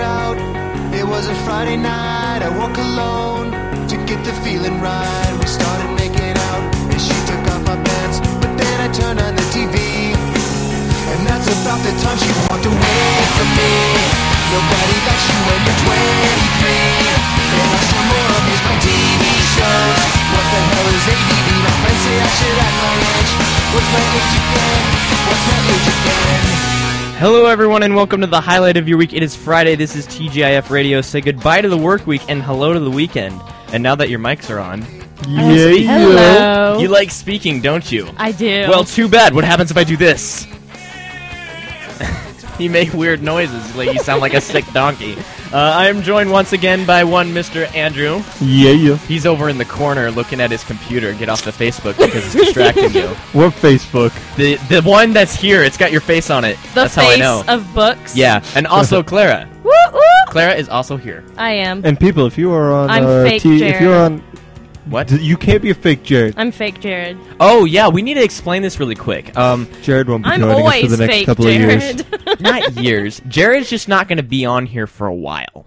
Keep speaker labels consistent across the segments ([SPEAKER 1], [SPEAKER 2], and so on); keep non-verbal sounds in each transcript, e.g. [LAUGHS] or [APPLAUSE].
[SPEAKER 1] out. It was a Friday night, I woke alone to get the feeling right. We started making out, and she took off my pants. But then I turned on the TV, and that's about the time she walked away from me. Nobody likes you when you're 23. And I still more abuse my TV shows. What the hell is ADD? My friends say I should act my age. What's my age again? What's my age again?
[SPEAKER 2] Hello, everyone, and welcome to the highlight of your week. It is Friday. This is TGIF Radio. Say goodbye to the work week and hello to the weekend. And now that your mics are on,
[SPEAKER 3] Hello.
[SPEAKER 2] you like speaking, don't you?
[SPEAKER 3] I do.
[SPEAKER 2] Well, too bad. What happens if I do this? [LAUGHS] you make weird noises. Like you sound like a sick donkey. Uh, I am joined once again by one Mr. Andrew.
[SPEAKER 4] Yeah, yeah.
[SPEAKER 2] He's over in the corner looking at his computer. Get off the Facebook because it's distracting
[SPEAKER 3] [LAUGHS]
[SPEAKER 2] you.
[SPEAKER 4] What Facebook?
[SPEAKER 2] The the one that's here, it's got your face on it.
[SPEAKER 3] the
[SPEAKER 2] that's
[SPEAKER 3] face
[SPEAKER 2] how I know.
[SPEAKER 3] of books.
[SPEAKER 2] yeah, and
[SPEAKER 3] [LAUGHS]
[SPEAKER 2] also Clara.
[SPEAKER 3] Woo woo.
[SPEAKER 2] Clara is also here.
[SPEAKER 3] I am.
[SPEAKER 4] And people, if you are on,
[SPEAKER 3] I'm
[SPEAKER 4] uh,
[SPEAKER 3] fake
[SPEAKER 4] T- if you're
[SPEAKER 3] Jared.
[SPEAKER 4] on,
[SPEAKER 2] What?
[SPEAKER 4] d- you can't be a fake Jared.
[SPEAKER 3] I'm fake Jared.
[SPEAKER 2] Oh yeah, we need to explain this really quick. Um,
[SPEAKER 4] Jared won't be
[SPEAKER 3] I'm
[SPEAKER 4] joining us for
[SPEAKER 3] always
[SPEAKER 4] the next
[SPEAKER 3] fake
[SPEAKER 4] couple of years.
[SPEAKER 3] Jared.
[SPEAKER 2] [LAUGHS] not years. Jared's just not going to be on here for a while.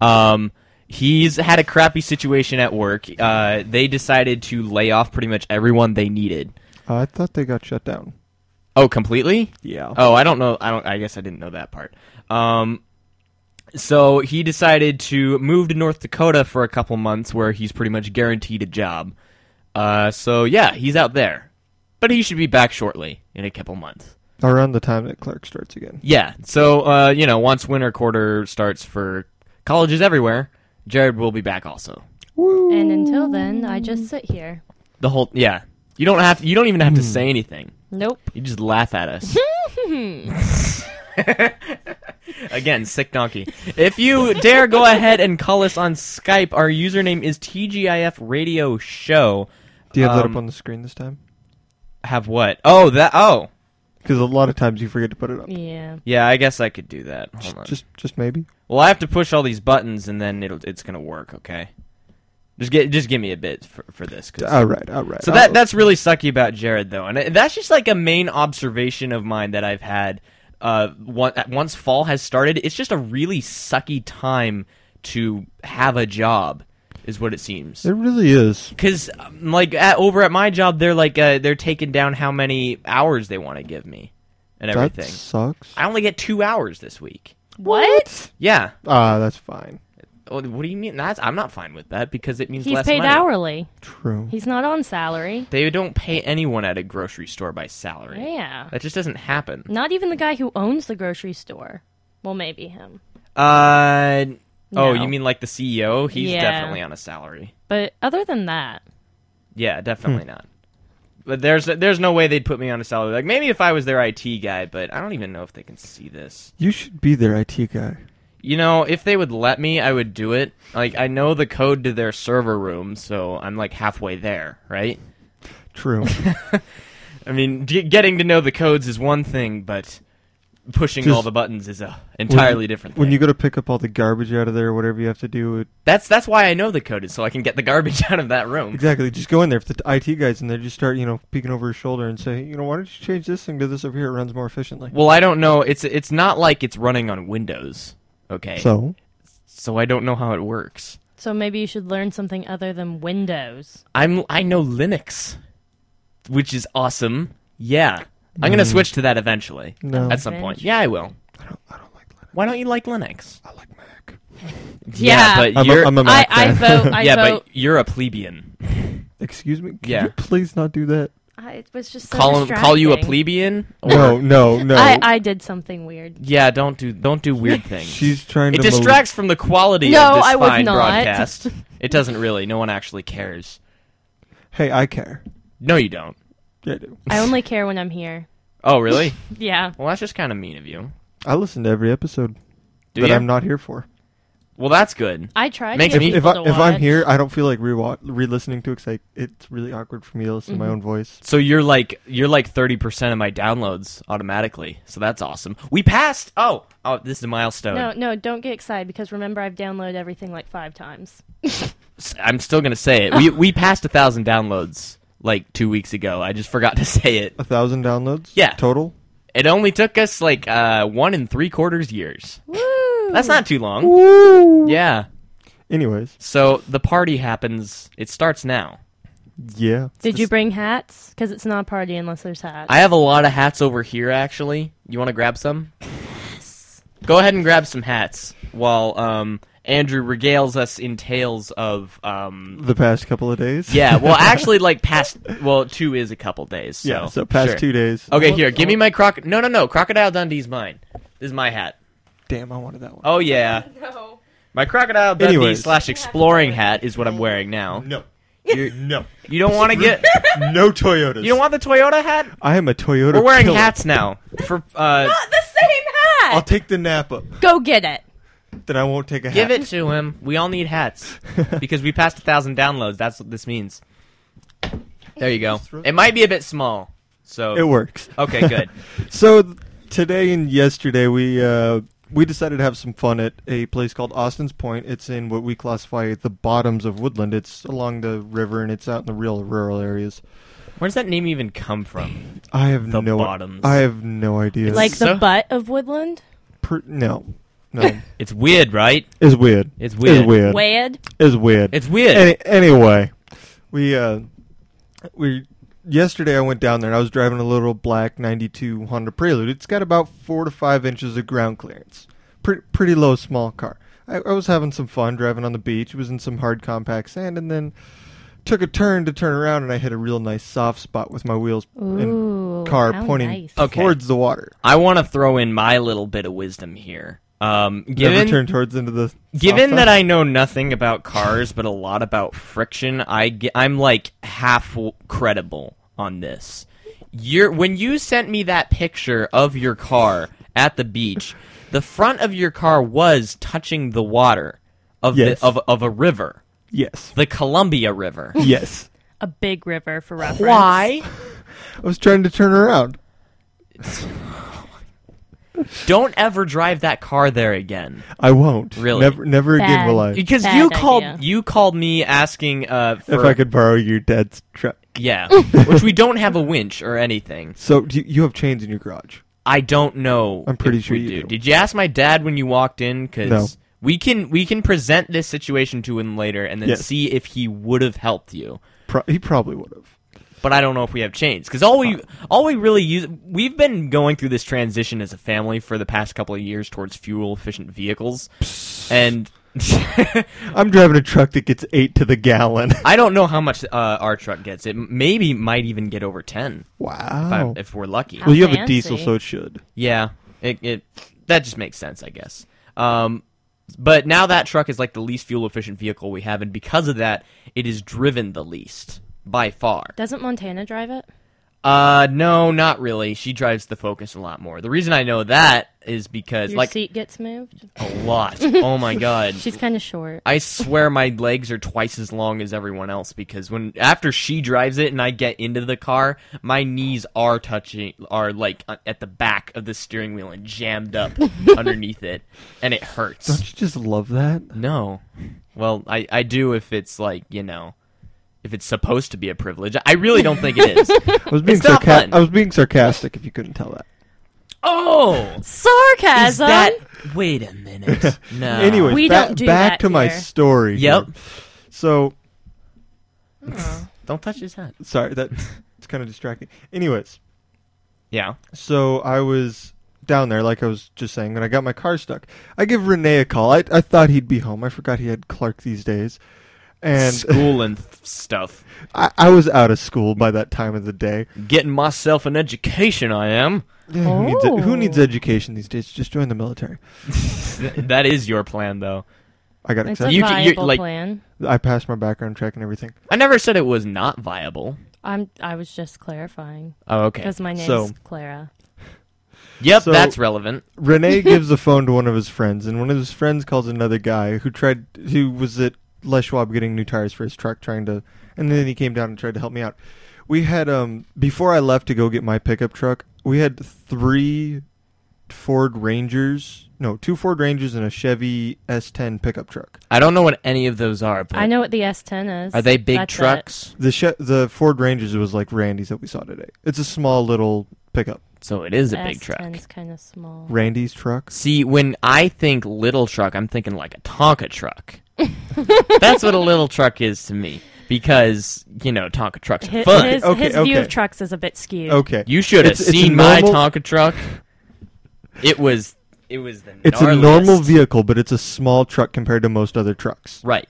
[SPEAKER 2] Um, he's had a crappy situation at work. Uh, they decided to lay off pretty much everyone they needed.
[SPEAKER 4] Uh, [LAUGHS] I thought they got shut down.
[SPEAKER 2] Oh, completely?
[SPEAKER 4] Yeah.
[SPEAKER 2] Oh, I don't know. I don't. I guess I didn't know that part. Um, so he decided to move to North Dakota for a couple months, where he's pretty much guaranteed a job. Uh, so yeah, he's out there, but he should be back shortly in a couple months.
[SPEAKER 4] Around the time that Clark starts again.
[SPEAKER 2] Yeah. So uh, you know, once winter quarter starts for colleges everywhere, Jared will be back also.
[SPEAKER 3] and until then, I just sit here.
[SPEAKER 2] The whole yeah. You don't have. You don't even
[SPEAKER 4] Hmm.
[SPEAKER 2] have to say anything. [LAUGHS]
[SPEAKER 3] Nope. [LAUGHS]
[SPEAKER 2] You just laugh at
[SPEAKER 4] [LAUGHS]
[SPEAKER 2] us. Again, sick donkey. If you dare, go ahead and call us on Skype. Our username is TGIF Radio Show.
[SPEAKER 4] Do you have that
[SPEAKER 2] Um,
[SPEAKER 4] up on the screen this time?
[SPEAKER 2] Have what? Oh, that. Oh,
[SPEAKER 4] Because a lot of times you forget to put it up.
[SPEAKER 3] Yeah.
[SPEAKER 2] yeah. I guess I could do that. Hold on.
[SPEAKER 4] Just, just maybe.
[SPEAKER 2] Well, I have to push all these buttons, and then it'll it's gonna work. Okay. Just get just give me a bit for, for this. 'cause-
[SPEAKER 4] All right, all right. Oh.
[SPEAKER 2] So that that's really sucky about Jared though, and that's just like a main observation of mine that I've had. Uh, one, once fall has started, it's just a really sucky time to have a job, is what it seems.
[SPEAKER 4] it really is.
[SPEAKER 2] Because like at, over at my job, they're like uh, they're taking down how many hours they want to give me and everything.
[SPEAKER 4] That sucks.
[SPEAKER 2] I only get two hours this week.
[SPEAKER 3] What?
[SPEAKER 2] Yeah.
[SPEAKER 4] Ah, that's fine.
[SPEAKER 2] Well, What do you mean? That's I'm not fine with that because it means
[SPEAKER 3] He's
[SPEAKER 2] less
[SPEAKER 3] paid
[SPEAKER 2] money.
[SPEAKER 3] hourly.
[SPEAKER 4] True.
[SPEAKER 3] He's not on salary.
[SPEAKER 2] They don't pay anyone at a grocery store by salary.
[SPEAKER 3] Yeah.
[SPEAKER 2] That just doesn't happen.
[SPEAKER 3] Not even the guy who owns the grocery store. Well, maybe him.
[SPEAKER 2] Uh, oh,
[SPEAKER 3] No.
[SPEAKER 2] you mean like the CEO? He's
[SPEAKER 3] Yeah.
[SPEAKER 2] definitely on a salary.
[SPEAKER 3] But other than that,
[SPEAKER 2] Yeah,
[SPEAKER 4] Hmm.
[SPEAKER 2] definitely not. But there's there's no way they'd put me on a salary. Like maybe if I was their IT guy, but I don't even know if they can see this.
[SPEAKER 4] You should be their IT guy.
[SPEAKER 2] You know, if they would let me, I would do it. Like I know the code to their server room, so I'm like halfway there, right?
[SPEAKER 3] [LAUGHS]
[SPEAKER 4] True.
[SPEAKER 2] I mean, d- getting to know the codes is one thing, but pushing
[SPEAKER 4] Just-
[SPEAKER 2] all the buttons is a entirely different thing.
[SPEAKER 4] when you go to pick up all the garbage out of there, whatever you have to do, it
[SPEAKER 2] that's that's why I know the code is so I can get the garbage [LAUGHS] out of that
[SPEAKER 3] Mm-hmm.
[SPEAKER 2] room.
[SPEAKER 4] Exactly. Just go in there. If the IT guy's in there, just start, you know, peeking over his shoulder and say, you know, why don't you change this thing to this over here? It runs more efficiently.
[SPEAKER 2] Well, I don't know. It's it's not like it's running on Windows. Okay.
[SPEAKER 4] So,
[SPEAKER 2] So I don't know how it works.
[SPEAKER 3] so maybe you should learn something other than Windows.
[SPEAKER 2] I'm I know Linux, which is awesome. Yeah. I'm going to switch to that eventually.
[SPEAKER 4] Mm. no.
[SPEAKER 2] At some point. Yeah, I will.
[SPEAKER 4] I, don't, I don't like Linux.
[SPEAKER 2] Why don't you like Linux?
[SPEAKER 4] I like Mac.
[SPEAKER 3] Yeah.
[SPEAKER 2] but
[SPEAKER 4] I'm
[SPEAKER 2] you're
[SPEAKER 4] a, I'm a
[SPEAKER 3] I,
[SPEAKER 4] Mac
[SPEAKER 3] I
[SPEAKER 4] fan. [LAUGHS]
[SPEAKER 3] vote. I
[SPEAKER 2] Yeah,
[SPEAKER 3] vote.
[SPEAKER 2] but you're a plebeian.
[SPEAKER 4] Excuse me? Can
[SPEAKER 2] Yeah.
[SPEAKER 4] you please not do that?
[SPEAKER 3] I, it was just so
[SPEAKER 2] call call you a
[SPEAKER 3] distracting.
[SPEAKER 2] plebeian?
[SPEAKER 4] [LAUGHS] No, no, no.
[SPEAKER 3] I, I did something weird.
[SPEAKER 2] Yeah, don't do don't do
[SPEAKER 3] [LAUGHS]
[SPEAKER 2] weird things.
[SPEAKER 4] She's trying
[SPEAKER 2] it
[SPEAKER 4] to... mal-
[SPEAKER 2] distracts from the quality
[SPEAKER 3] No,
[SPEAKER 2] of this
[SPEAKER 3] I was
[SPEAKER 2] fine
[SPEAKER 3] not.
[SPEAKER 2] broadcast. It doesn't really. No one actually cares.
[SPEAKER 4] hey, I care.
[SPEAKER 2] No, you don't.
[SPEAKER 4] Yeah, I do.
[SPEAKER 3] I only care when I'm here.
[SPEAKER 2] Oh,
[SPEAKER 3] [LAUGHS]
[SPEAKER 2] really?
[SPEAKER 3] Yeah.
[SPEAKER 2] Well, that's just kind of mean of you.
[SPEAKER 4] I listen to every episode
[SPEAKER 2] Do
[SPEAKER 4] that
[SPEAKER 2] you?
[SPEAKER 4] I'm not here for.
[SPEAKER 2] Well, that's good.
[SPEAKER 3] I tried
[SPEAKER 2] Makes
[SPEAKER 3] to
[SPEAKER 2] me-
[SPEAKER 3] get
[SPEAKER 4] If,
[SPEAKER 3] people
[SPEAKER 4] I,
[SPEAKER 3] to
[SPEAKER 4] if I'm
[SPEAKER 3] watch.
[SPEAKER 4] here, I don't feel like re-wa- re-listening to it 'cause I it's really awkward for me to
[SPEAKER 3] Mm-hmm.
[SPEAKER 4] listen to my own voice.
[SPEAKER 2] So you're like you're like thirty percent of my downloads automatically. So that's awesome. We passed. Oh, oh, this is a milestone.
[SPEAKER 3] No, no, don't get excited because remember I've downloaded everything like five times.
[SPEAKER 2] S- I'm still gonna say it. We we passed a thousand downloads like two weeks ago. I just forgot to [LAUGHS] say it.
[SPEAKER 4] A thousand downloads?
[SPEAKER 2] Yeah.
[SPEAKER 4] Total?
[SPEAKER 2] It only took us like uh, one and three quarters years.
[SPEAKER 3] Woo!
[SPEAKER 2] That's not too long.
[SPEAKER 4] Woo!
[SPEAKER 2] Yeah.
[SPEAKER 4] Anyways,
[SPEAKER 2] So the party happens. It starts now.
[SPEAKER 4] yeah.
[SPEAKER 3] Did you
[SPEAKER 2] just-
[SPEAKER 3] bring hats? Because it's not a party unless there's hats. [LAUGHS]
[SPEAKER 2] I have a lot of hats over here, actually. You want to grab some? Yes. Go ahead and grab some hats while um, Andrew regales us in tales of. Um,
[SPEAKER 4] The past couple of days.
[SPEAKER 2] yeah,
[SPEAKER 4] [LAUGHS]
[SPEAKER 2] well, actually, like past. Well, two is a couple days. So,
[SPEAKER 4] yeah. So past
[SPEAKER 2] sure.
[SPEAKER 4] two days.
[SPEAKER 2] Okay, here, give me my croc. No, no, no. Crocodile Dundee's mine. This is my hat.
[SPEAKER 4] Damn, I wanted that one.
[SPEAKER 2] Oh, yeah.
[SPEAKER 5] No.
[SPEAKER 2] My Crocodile Dundee
[SPEAKER 4] Anyways.
[SPEAKER 2] slash exploring hat is what I'm wearing now.
[SPEAKER 6] No.
[SPEAKER 2] You-
[SPEAKER 6] no.
[SPEAKER 2] You don't want to get.
[SPEAKER 6] No Toyotas.
[SPEAKER 2] You don't want the Toyota hat?
[SPEAKER 4] I am a Toyota.
[SPEAKER 2] We're wearing
[SPEAKER 4] killer.
[SPEAKER 2] hats now. For uh,
[SPEAKER 5] Not the same
[SPEAKER 6] I'll
[SPEAKER 5] hat.
[SPEAKER 6] take the Napa.
[SPEAKER 3] Go get it.
[SPEAKER 4] Then I won't take a
[SPEAKER 2] Give
[SPEAKER 4] hat.
[SPEAKER 2] it to him. We all need hats because we passed a thousand downloads. That's what this means. There you go. It might be a bit small, so
[SPEAKER 4] It works.
[SPEAKER 2] okay, good.
[SPEAKER 4] [LAUGHS] So th- today and yesterday we uh, we decided to have some fun at a place called Austin's Point. It's in what we classify as the bottoms of Woodland. It's along the river and it's out in the real rural areas.
[SPEAKER 2] Where does that name even come from?
[SPEAKER 4] I have
[SPEAKER 2] The
[SPEAKER 4] no
[SPEAKER 2] bottoms.
[SPEAKER 4] I have no idea.
[SPEAKER 3] Like
[SPEAKER 2] So-
[SPEAKER 3] the butt of Woodland?
[SPEAKER 4] Per- no, [LAUGHS] no,
[SPEAKER 2] It's weird, right?
[SPEAKER 4] it's weird.
[SPEAKER 2] It's weird.
[SPEAKER 4] It's weird.
[SPEAKER 3] Wed?
[SPEAKER 4] It's weird.
[SPEAKER 2] It's weird.
[SPEAKER 4] Any- anyway, we uh, we yesterday I went down there and I was driving a little black '92 Honda Prelude. It's got about four to five inches of ground clearance. Pre- pretty low, small car. I, I was having some fun driving on the beach. It was in some hard compact sand, and then took a turn to turn around, and I hit a real nice soft spot with my wheels
[SPEAKER 3] Ooh.
[SPEAKER 4] and car
[SPEAKER 3] how
[SPEAKER 4] pointing
[SPEAKER 3] nice.
[SPEAKER 2] Okay.
[SPEAKER 4] towards the water.
[SPEAKER 2] I want to throw in my little bit of wisdom here. Um,
[SPEAKER 4] Never
[SPEAKER 2] given
[SPEAKER 4] turn towards into the.
[SPEAKER 2] given
[SPEAKER 4] soft
[SPEAKER 2] that
[SPEAKER 4] spot.
[SPEAKER 2] I know nothing about cars but a lot about friction, I ge- I'm like half w- credible on this. You're, when you sent me that picture of your car at the beach, the front of your car was touching the water of
[SPEAKER 4] Yes.
[SPEAKER 2] the, of of a river,
[SPEAKER 4] yes,
[SPEAKER 2] the Columbia River. [LAUGHS]
[SPEAKER 4] yes, [LAUGHS]
[SPEAKER 3] A big river for reference.
[SPEAKER 2] Why
[SPEAKER 4] I was trying to turn around.
[SPEAKER 2] don't ever drive that car there again?
[SPEAKER 4] I won't.
[SPEAKER 2] Really?
[SPEAKER 4] Never, never again
[SPEAKER 3] Bad.
[SPEAKER 4] will I.
[SPEAKER 2] Because
[SPEAKER 3] Bad
[SPEAKER 2] you called
[SPEAKER 3] idea.
[SPEAKER 2] you called me asking uh, for
[SPEAKER 4] if I could borrow your dad's truck.
[SPEAKER 3] [LAUGHS]
[SPEAKER 2] yeah, which we don't have a winch or anything.
[SPEAKER 4] So do you, you have chains in your garage.
[SPEAKER 2] I don't know.
[SPEAKER 4] I'm pretty
[SPEAKER 2] if
[SPEAKER 4] sure
[SPEAKER 2] we
[SPEAKER 4] you do.
[SPEAKER 2] Did you ask my dad when you walked in? Because
[SPEAKER 4] No.
[SPEAKER 2] we can we can present this situation to him later and then
[SPEAKER 4] Yes.
[SPEAKER 2] see if he would have helped you.
[SPEAKER 4] Pro- he probably would have.
[SPEAKER 2] But I don't know if we have chains because all we all we really use we've been going through this transition as a family for the past couple of years towards fuel efficient vehicles, and [LAUGHS]
[SPEAKER 4] I'm driving a truck that gets eight to the gallon. [LAUGHS]
[SPEAKER 2] I don't know how much uh, our truck gets. It maybe might even get over ten if, I-
[SPEAKER 4] wow.
[SPEAKER 2] if we're lucky.
[SPEAKER 4] well, you have a
[SPEAKER 3] Fancy.
[SPEAKER 4] diesel, so it should.
[SPEAKER 2] Yeah, it, it that just makes sense, I guess. Um, but now that truck is like the least fuel efficient vehicle we have, and because of that, it is driven the least by far.
[SPEAKER 3] Doesn't Montana drive it?
[SPEAKER 2] Uh, no, not really. She drives the Focus a lot more. The reason I know that is because
[SPEAKER 3] Your
[SPEAKER 2] like
[SPEAKER 3] seat
[SPEAKER 2] [LAUGHS]
[SPEAKER 3] gets moved?
[SPEAKER 2] a lot. Oh my
[SPEAKER 3] [LAUGHS]
[SPEAKER 2] god.
[SPEAKER 3] She's kind of short.
[SPEAKER 2] I swear my legs are twice as long as everyone else because when after she drives it and I get into the car, my knees are touching are like uh, at the back of the steering wheel and jammed
[SPEAKER 4] [LAUGHS]
[SPEAKER 2] up underneath it and it
[SPEAKER 4] Don't
[SPEAKER 2] hurts.
[SPEAKER 4] you just love that?
[SPEAKER 2] No. Well, I I do if it's like, you know, if it's supposed to be a privilege. I really don't think it is.
[SPEAKER 4] [LAUGHS] I was being
[SPEAKER 2] It's not
[SPEAKER 4] sarcastic.
[SPEAKER 2] fun.
[SPEAKER 4] I was being sarcastic. If you couldn't tell that.
[SPEAKER 2] oh.
[SPEAKER 3] Sarcasm!
[SPEAKER 2] Is that Wait a
[SPEAKER 4] [LAUGHS]
[SPEAKER 2] minute. No.
[SPEAKER 4] Anyways,
[SPEAKER 3] We
[SPEAKER 4] ba-
[SPEAKER 3] don't do
[SPEAKER 4] back
[SPEAKER 3] that
[SPEAKER 4] to my
[SPEAKER 3] here.
[SPEAKER 4] story.
[SPEAKER 2] Yep.
[SPEAKER 4] here. So
[SPEAKER 2] Don't touch his head.
[SPEAKER 4] sorry that it's kind of distracting. Anyways,
[SPEAKER 2] Yeah.
[SPEAKER 4] So I was down there, like I was just saying, and I got my car stuck. I give Renee a call. I, I thought he'd be home. I forgot he had Clark these days. And
[SPEAKER 2] School and th- stuff.
[SPEAKER 4] [LAUGHS] I, I was out of school by that time of the day.
[SPEAKER 2] Getting myself an education I am.
[SPEAKER 4] Yeah, who, needs it- who
[SPEAKER 3] Oh.
[SPEAKER 4] needs education these days? Just join the military.
[SPEAKER 2] Th- that is your plan, though.
[SPEAKER 4] I got
[SPEAKER 3] That's
[SPEAKER 4] accepted.
[SPEAKER 3] a
[SPEAKER 2] You can- you're,
[SPEAKER 3] viable
[SPEAKER 2] like-
[SPEAKER 3] plan.
[SPEAKER 4] I passed my background check and everything.
[SPEAKER 2] I never said it was not viable.
[SPEAKER 3] I'm, I was just clarifying
[SPEAKER 2] Oh, okay.
[SPEAKER 3] because my name's
[SPEAKER 4] So-
[SPEAKER 3] Clara.
[SPEAKER 2] Yep,
[SPEAKER 4] So-
[SPEAKER 2] that's relevant.
[SPEAKER 3] [LAUGHS]
[SPEAKER 4] Renee gives the phone to one of his friends, and one of his friends calls another guy who tried, who was at Les Schwab getting new tires for his truck, trying to, and then he came down and tried to help me out. We had, um, before I left to go get my pickup truck, we had three Ford Rangers, no, two Ford Rangers and a Chevy S10 pickup truck.
[SPEAKER 2] I don't know what any of those are, but
[SPEAKER 3] I know what the S10 is.
[SPEAKER 2] are they big
[SPEAKER 3] That's it.
[SPEAKER 2] trucks?
[SPEAKER 4] The she- the Ford Rangers was like Randy's that we saw today. It's a small little pickup.
[SPEAKER 2] so it is a big truck.
[SPEAKER 3] S10's kind of small.
[SPEAKER 4] Randy's trucks.
[SPEAKER 2] See, when I think little truck, I'm thinking like a Tonka truck. [LAUGHS] That's what a little truck is to me because you know Tonka trucks are
[SPEAKER 3] His,
[SPEAKER 2] fun.
[SPEAKER 3] his,
[SPEAKER 4] Okay,
[SPEAKER 3] his view
[SPEAKER 4] okay.
[SPEAKER 3] of trucks is a bit skewed.
[SPEAKER 4] Okay.
[SPEAKER 2] You should have
[SPEAKER 4] It's- it's a
[SPEAKER 2] seen
[SPEAKER 4] normal-
[SPEAKER 2] my Tonka truck. It was it was the
[SPEAKER 4] It's a normal
[SPEAKER 2] gnarliest.
[SPEAKER 4] vehicle, but it's a small truck compared to most other trucks.
[SPEAKER 2] Right.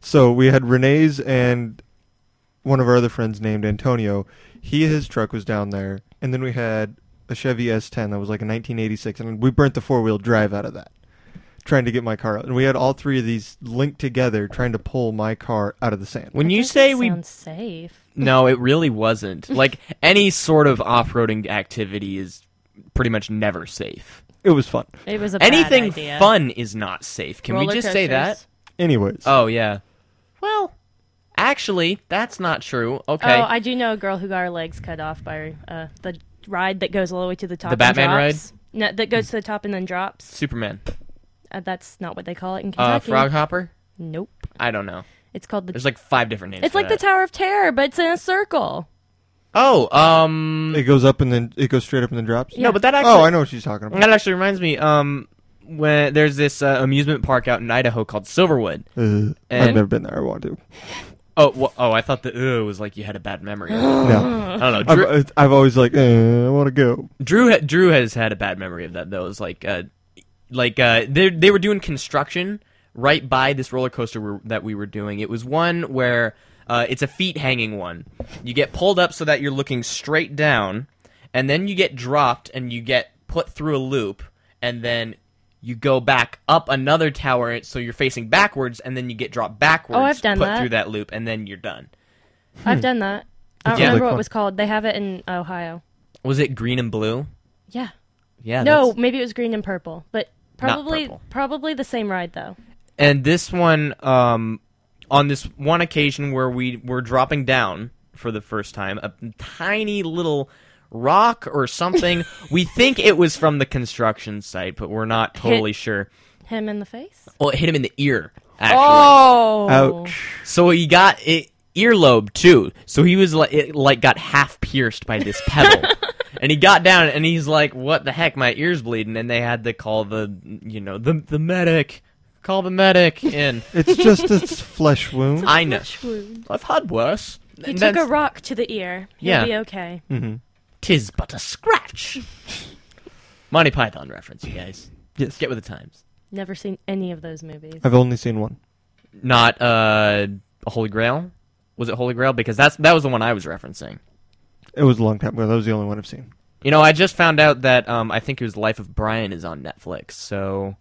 [SPEAKER 4] So we had Renee's and one of our other friends named Antonio. He his truck was down there, and then we had a Chevy S10 that was like a 1986, and we burnt the four wheel drive out of that, trying to get my car out. And we had all three of these linked together, trying to pull my car out of the sand.
[SPEAKER 2] When you
[SPEAKER 3] Doesn't
[SPEAKER 2] say we
[SPEAKER 3] sound safe.
[SPEAKER 2] No, it really
[SPEAKER 3] [LAUGHS]
[SPEAKER 2] wasn't. Like any sort of off-roading activity is pretty much never safe.
[SPEAKER 4] It was fun,
[SPEAKER 3] It was a
[SPEAKER 2] Anything
[SPEAKER 3] bad idea.
[SPEAKER 2] fun is not safe. Can we
[SPEAKER 3] Roller
[SPEAKER 2] just say that?
[SPEAKER 3] coasters.
[SPEAKER 4] anyways.
[SPEAKER 2] Oh yeah. Well, actually, that's not true. Okay.
[SPEAKER 3] Oh, I do know a girl who got her legs cut off by uh, the ride that goes all the way to the top.
[SPEAKER 2] The Batman
[SPEAKER 3] and drops. No, that goes to the top and then drops.
[SPEAKER 2] Superman.
[SPEAKER 3] Uh, that's not what they call it in
[SPEAKER 2] Uh,
[SPEAKER 3] Kentucky.
[SPEAKER 2] frog hopper?
[SPEAKER 3] Nope.
[SPEAKER 2] I don't know.
[SPEAKER 3] It's called the.
[SPEAKER 2] There's like five different names.
[SPEAKER 3] it's
[SPEAKER 2] for
[SPEAKER 3] like the
[SPEAKER 2] that.
[SPEAKER 3] Tower of Terror, but it's in a circle.
[SPEAKER 2] Oh, um
[SPEAKER 4] It goes up and then it goes straight up and then drops.
[SPEAKER 3] Yeah.
[SPEAKER 2] No, but that actually
[SPEAKER 4] Oh, I know what she's talking about.
[SPEAKER 2] That actually reminds me um when there's this uh, amusement park out in Idaho called Silverwood.
[SPEAKER 4] Uh, I've
[SPEAKER 2] And-
[SPEAKER 4] never been there. I want to.
[SPEAKER 2] Oh, wha- oh, I thought the ugh was like you had a bad memory. I
[SPEAKER 4] No,
[SPEAKER 2] don't
[SPEAKER 4] [LAUGHS]
[SPEAKER 2] know.
[SPEAKER 4] I've,
[SPEAKER 2] Drew,
[SPEAKER 4] uh, I've always like eh, I want to go.
[SPEAKER 2] Drew ha- Drew has had a bad memory of that though. It's like uh, like uh, they they were doing construction right by this roller coaster we that we were doing. It was one where uh, it's a feet hanging one. You get pulled up so that you're looking straight down, and then you get dropped and you get put through a loop, and then. You go back up another tower, so you're facing backwards, and then you get dropped backwards.
[SPEAKER 3] Oh, I've done
[SPEAKER 2] put
[SPEAKER 3] that.
[SPEAKER 2] through that loop, and then you're done.
[SPEAKER 3] I've done that. I don't
[SPEAKER 2] Hmm. Yeah.
[SPEAKER 3] remember
[SPEAKER 4] Like
[SPEAKER 3] what
[SPEAKER 4] fun.
[SPEAKER 3] it was called. They have it in Ohio.
[SPEAKER 2] Was it green and blue?
[SPEAKER 3] Yeah.
[SPEAKER 2] Yeah.
[SPEAKER 3] no,
[SPEAKER 2] that's-
[SPEAKER 3] maybe it was green and purple, but probably
[SPEAKER 2] purple.
[SPEAKER 3] probably the same ride though.
[SPEAKER 2] And this one, um, on this one occasion where we were dropping down for the first time, a tiny little rock or [LAUGHS] something. we think it was from the construction site, but we're not totally sure.
[SPEAKER 3] Him in the face.
[SPEAKER 2] Well, it hit him in the ear, actually.
[SPEAKER 3] Oh.
[SPEAKER 4] Ouch.
[SPEAKER 2] So he got it earlobe too. So he was like, it, like got half pierced by this pebble. [LAUGHS] and he got down and he's like, "What the heck? My ear's bleeding." And they had to call the, you know, the the medic. Call the medic in.
[SPEAKER 4] It's
[SPEAKER 2] [LAUGHS]
[SPEAKER 4] just a flesh wound.
[SPEAKER 2] I know.
[SPEAKER 3] wound.
[SPEAKER 2] I've had worse.
[SPEAKER 3] He
[SPEAKER 2] And
[SPEAKER 3] took a
[SPEAKER 2] that's-
[SPEAKER 3] rock to the ear. He'll
[SPEAKER 2] Yeah.
[SPEAKER 3] be okay.
[SPEAKER 4] Mm-hmm.
[SPEAKER 2] Tis but a scratch. [LAUGHS] Monty Python reference, you guys.
[SPEAKER 4] Yes.
[SPEAKER 2] Get with the times.
[SPEAKER 3] Never seen any of those movies.
[SPEAKER 4] I've only seen one.
[SPEAKER 2] Not uh, Holy Grail. Was it Holy Grail? Because that's that was the one I was referencing.
[SPEAKER 4] It was a long time ago. That was the only one I've seen.
[SPEAKER 2] You know, I just found out that um, I think it was Life of Brian is on Netflix, so